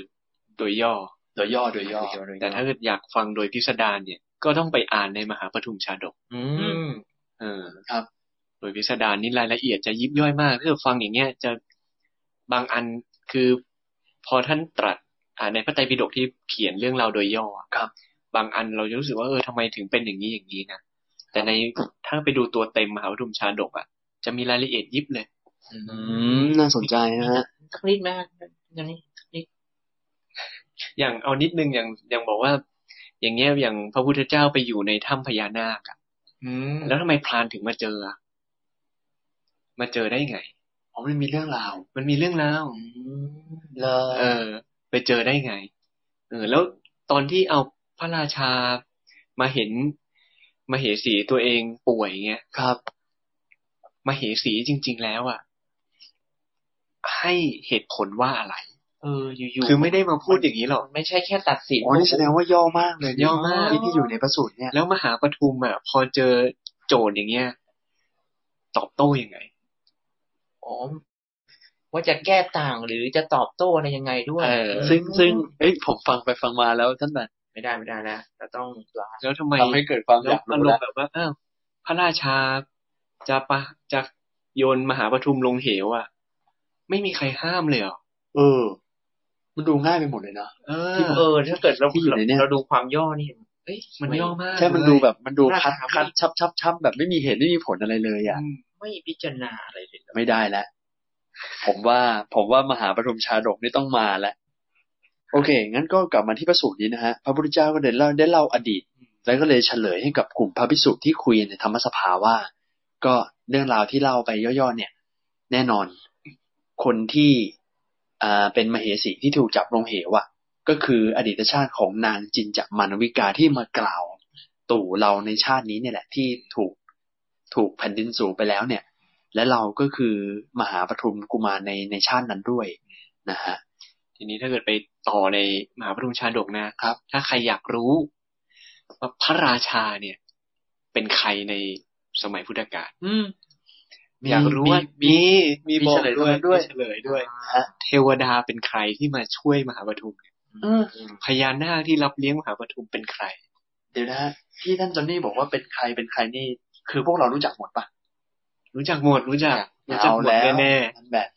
โดยย่อ โดยย่อโดยย่อ แต่ถ้าเกิดอยากฟังโดยพิสดารเนี่ย ก็ต้องไปอ่านในมหาปทุมชาดก อืม เออ ครับ โดยพิสดารนี่รายละเอียดจะยิบย่อยมากถ้าเกิดฟังอย่างเงี้ยจะบางอันคือ พอท่านตรัส อ่าในพระไตรปิฎกที่เขียนเรื่องราวโดยย่ออะ ครับ บางอันเราจะรู้สึกว่าเออทำไมถึงเป็นอย่างนี้อย่างนี้นะแต่ในถ้าไปดูตัวเต็มมหาปทุมชาดกอ่ะ จะมีรายละเอียดยิบเลย อืมน่าสนใจนะฮะ สักนิดไหมครับอย่างนี้ อย่างเอานิดนึงอย่างอย่างบอกว่า อย่างเงี้ยอย่างพระพุทธเจ้าไปอยู่ในถ้ำพญานาคอะ อืม แล้วทำไมพรานถึงมาเจออะมาเจอได้ไง อ๋อมันมีเรื่องราว มันมีเรื่องราว อืม เล เออ ไปเจอได้ไง เออ แล้ว ตอนที่เอาพระราชามาเห็นมาเหสีตัวเองป่วยเงี้ย ครับ มาเหสีจริง ๆ แล้วอ่ะ ให้เหตุผลว่าอะไร เอออยู่ๆ คือไม่ได้มาพูดอย่างนี้หรอก มันไม่ใช่แค่ตัดสิน อ๋อนี่แสดงว่าย่อมากเลย ย่อมาก ที่ที่อยู่ในพระสูตรเนี่ย แล้วมหาปทุมอ่ะ พอเจอโจรอย่างเงี้ย ตอบโต้ยังไง อ๋อว่าจะแก้ต่างหรือจะตอบโต้อะไรยังไงด้วย เออ ซึ่งซึ่งเอ้ยผมฟังไปฟังมาแล้วท่านแบบ ไม่ได้ไม่ได้แล้วเราต้องลา แล้วทำไม ทำให้เกิดความอ แล้ว ยาก อา รู้ รม ละ ณ์แบบว่าเออพระราชาจะปะจะโยนมหาปทุมลงเหวอ่ะ ไม่มีใครห้ามเลยเหรอ เออ มันดูง่ายไปหมดเลยเนาะ เออ เออ ถ้าเกิดเรา ที่อยู่ในเนี่ย เราดูความย่อนี่เอ้ย มัน สว ย่อมาก ใช่ มัน เลย ดูแบบมันดู น่า คัด ถาม คัดชับชับชับแบบไม่มีเหตุไม่มีผลอะไรเลยอ่ะ อืม ไม่พิจารณาอะไรเลยเหรอ ไม่ได้แล้ว ผมว่าผมว่ามหาปฐมชาดกนี่ต้องมาแล้ว โอเค งั้นก็กลับมาที่พระสูตรนี้นะฮะ พระพุทธเจ้าก็ได้เล่าได้เล่าอดีต แล้วก็เลยเฉลยให้กับกลุ่มพระภิกษุที่คุยในธรรมสภาว่า ก็เรื่องราวที่เล่าไปย่อๆเนี่ย แน่นอน คนที่อ่าเป็นมเหสีที่ถูกจับลงเหวอะก็คืออดีตชาติของนางจินจมานวิกาที่มากล่าว ตู่เราในชาตินี้เนี่ยแหละที่ถูกถูกแผ่นดินสูงไปแล้วเนี่ย และเราก็คือมหาปทุมกุมารในในชาตินั้นด้วยนะฮะ ทีนี้ถ้าเกิดไปต่อในมหาปทุมชาดกนะครับ ถ้าใครอยากรู้ว่าพระราชาเนี่ย เป็นใครในสมัยพุทธกาล มี อยากรู้ว่า มี มี มีบอก เฉลย ด้วย ด้วยมีเฉลยด้วย ฮะ เทวดาเป็นใครที่มาช่วยมหาปทุมเนี่ย เออ พญานาคที่รับเลี้ยงมหาปทุมเป็นใคร เดี๋ยวนะฮะที่ท่านจอนนี่บอกว่าเป็นใครเป็นใครนี่ คือพวกเรารู้จักหมดปะ รู้จักหมดรู้จักรู้จัก เอา หมด แล้ว แน่ นั่นแบบ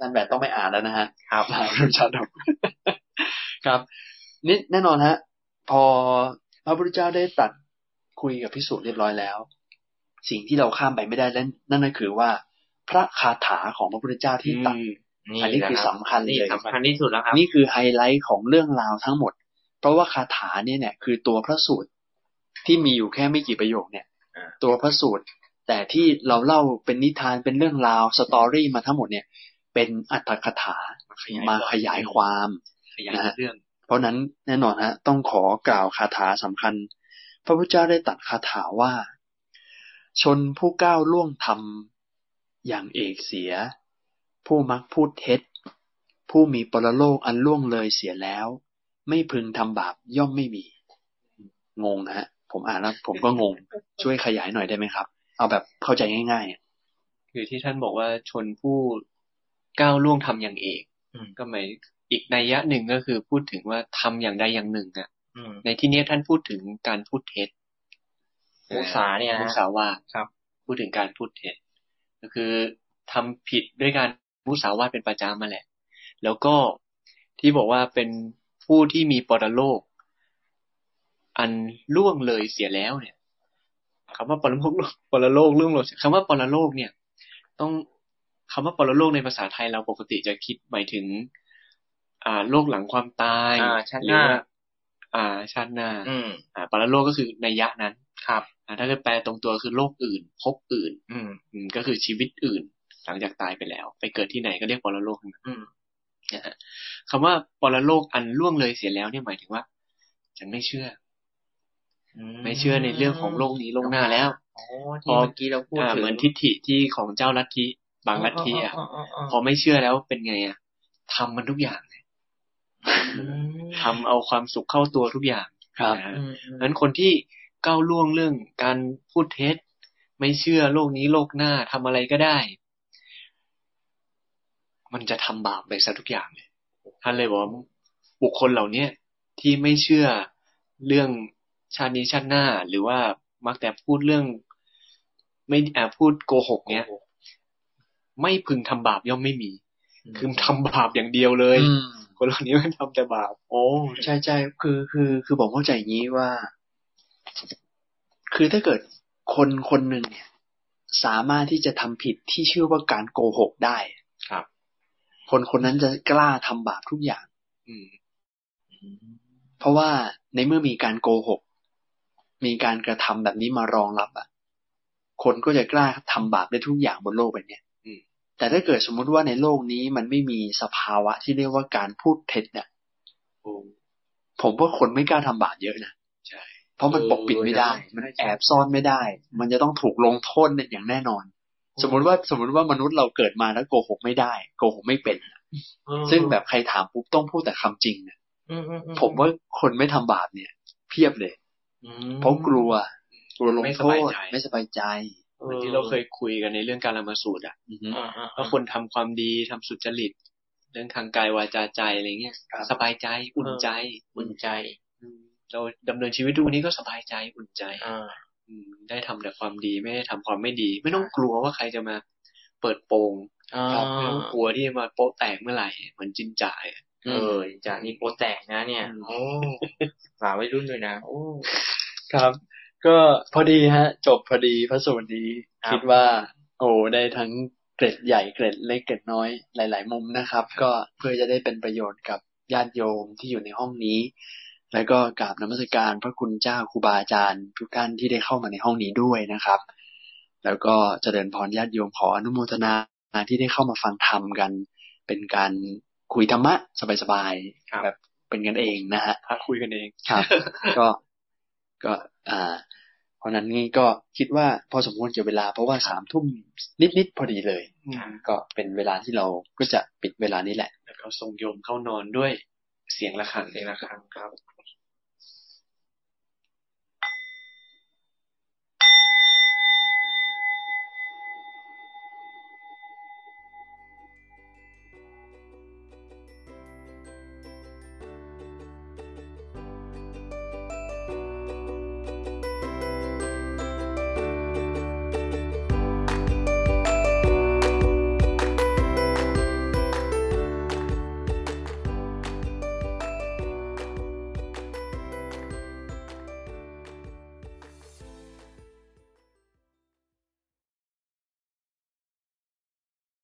นั่นแบบต้องไม่อ่านแล้วนะฮะ ครับ มหาปทุมชาด ก ครับนี่แน่นอนฮะ พอพระพุทธเจ้าได้ตรัดคุยกับพิสูจน์เรียบร้อยแล้ว สิ่งที่เราข้ามไปไม่ได้นั่นนั่นก็คือว่า พระคาถาของพระพุทธเจ้าที่ตรัด อันนี้ แหละ คือ รับ สำคัญเลย นี่สำคัญที่สุดแล้วครับ นี่คือไฮไลท์ของเรื่องราวทั้งหมด เพราะว่าคาถาเนี่ยเนี่ยคือตัวพระสูตรที่มีอยู่แค่ไม่กี่ประโยคเนี่ย ตัวพระสูตร แต่ที่เราเล่าเป็นนิทานเป็นเรื่องราวสตอรี่มาทั้งหมดเนี่ย เป็นอัตถคาถามาขยายความ ขยายเรื่อง เพราะนั้นแน่นอนฮะต้องขอกล่าวคาถาสำคัญ พระพุทธเจ้าได้ตรัดคาถาว่า ชนผู้ก้าวล่วงธรรมอย่างเอกเสีย ผู้มักพูดเท็จ ผู้มีปรโลกอันล่วงเลยเสียแล้ว ไม่พึงทำบาปย่อมไม่มี งงนะฮะ ผมอ่านแล้วผมก็งง ช่วยขยายหน่อยได้ไหมครับ เอาแบบเข้าใจง่ายๆอะ คือที่ท่านบอกว่าชนผู้ก้าวล่วงทำอย่างเอกก็หมายอีกนัยยะหนึ่งก็คือพูดถึงว่าทำอย่างใดอย่างหนึ่งอ่ะ อืม ในที่เนี้ยท่านพูดถึงการพูดเท็จ มุสาเนี่ยนะ มุสาวาท ครับ พูดถึงการพูดเท็จ ก็คือทำผิดด้วยการมุสาวาทเป็นประจำมาแหละ แล้วก็ที่บอกว่าเป็นผู้ที่มีปรโลก อันล่วงเลยเสียแล้วเนี่ยคำว่าปรโลกปรโลกล่วงเลยคำว่าปรโลกเนี่ย ต้องคำว่าปรโลกในภาษาไทยเราปกติจะคิดหมายถึง อ่าโลกหลังความตาย อ่าชาติ ห ห รื น้า ว่าอ่า ชาติหน้า อืม อ่าปรโลกก็คือในยยะนั้น ครับ อ่าถ้าเกิดแปลตรงตัวคือโลกอื่นภพอื่น อืม อืมก็คือชีวิตอื่น หลังจากตายไปแล้ว ไปเกิดที่ไหนก็เรียกปรโลกทั้งนั้น อืม นะฮะคำว่าปรโลกอันล่วงเลยเสียแล้วเนี่ยหมายถึงว่า ฉันไม่เชื่อ ไม่เชื่อในเรื่องของโลกนี้โลกหน้าแล้ว โอ้ที่เมื่อกี้เราพูด อ่า ถึง เหมือนทิฏฐิที่ของเจ้าลัทธิบางลัทธิอ่ะพ พ อ อ ไม่เชื่อแล้วเป็นไงอ่ะทำมันทุกอย่างเลยทำเอาความสุขเข้าตัวทุกอย่าง ครับ นะฮะ ดังนั้นคนที่ก้าวล่วงเรื่องการพูดเท็จ ไม่เชื่อโลกนี้โลกหน้าทำอะไรก็ได้ มันจะทำบาปไปซะทุกอย่างเลยท่านเลยบอกว่าบุคคลเหล่าเนี้ยที่ไม่เชื่อเรื่องชาตินี้ชาติหน้า หรือว่ามักแต่พูดเรื่อง ไม่อ่าพูดโกหกเนี้ยไม่พึงทำบาปย่อมไม่มี คือทำบาปอย่างเดียวเลย อืม คนเหล่านี้มันทำแต่บาป โอ้ใช่ใช่คือคือคือผมเข้าใจอย่างนี้ว่า คือถ้าเกิดคนคนหนึ่งเนี่ย สามารถที่จะทำผิดที่ชื่อว่าการโกหกได้ ครับ คนคนนั้นจะกล้าทำบาปทุกอย่าง อืม เพราะว่าในเมื่อมีการโกหก มีการกระทำแบบนี้มารองรับอ่ะ คนก็จะกล้าทำบาปได้ทุกอย่างบนโลกใบเนี้ย อืม แต่ถ้าเกิดสมมุติว่าในโลกนี้มันไม่มีสภาวะที่เรียกว่าการพูดเท็จเนี่ย ผมว่าคนไม่กล้าทำบาปเยอะนะ ใช่ เพราะมันปกปิดไม่ได้ มันแอบซ่อนไม่ได้ มันจะต้องถูกลงโทษเนี่ยอย่างแน่นอน สมมุติว่าสมมุติว่ามนุษย์เราเกิดมาแล้วโกหกไม่ได้ โกหกไม่เป็น ซึ่งแบบใครถามปุ๊บต้องพูดแต่คำจริงนะ อืมอือื ผมว่าคนไม่ทำบาปเนี่ย เพียบเลย อืม เพราะกลัว กลัวลง ไม่ส โท บาย ษ ใจ ไม่สบายใจ เหมือนที่เราเคยคุยกันในเรื่องการละมาสูตรอ่ะ อือฮึ อ่าอ่าอ่า ว่าคนทำความดีทำสุจริต เรื่องทางกายวาจาใจอะไรเงี้ย ครับ สบายใจอุ่นใจ อุ่นใจ เราดำเนินชีวิตทุกวันนี้ก็สบายใจอุ่นใจ อ่า อืมได้ทำแต่ความดีไม่ได้ทำความไม่ดี ไม่ต้องกลัวว่าใครจะมาเปิดโปง อ่า ไม่ต้องกลัวที่จะมาโป๊ะแตกเมื่อไหร่เหมือนจินจ่ายอะ เออจากนี้โปรแตกนะเนี่ยโอ้ฝากไว้รุ่นด้วยนะ โอ้ ครับ ก็พอดีฮะ จบพอดีพระสูตรนี้ ครับ คิดว่า โอ้ได้ทั้งเกร็ดใหญ่เกร็ดเล็กเกร็ดน้อยหลาย ๆ มุมนะครับ ก็เพื่อจะได้เป็นประโยชน์กับญาติโยมที่อยู่ในห้องนี้ แล้วก็กราบนมัสการพระคุณเจ้าครูบาอาจารย์ทุกท่านที่ได้เข้ามาในห้องนี้ด้วยนะครับ แล้วก็เจริญพรญาติโยมขออนุโมทนาที่ได้เข้ามาฟังธรรมกัน เป็นการคุยธรรมะสบาย ครับ ๆแบบเป็นกันเองนะฮะ พาคุยกันเอง ครับ ก็ ก็ อ่า เพราะฉะนั้นนี่ก็คิดว่าพอสมควรเกี่ยวเวลา เพราะว่าสามทุ่มนิดๆพอดีเลย ก็เป็นเวลาที่เราก็จะปิดเวลานี้แหละ แล้วก็ส่งโยมเข้านอนด้วยเสียงะระฆัง เสียงระฆังครับ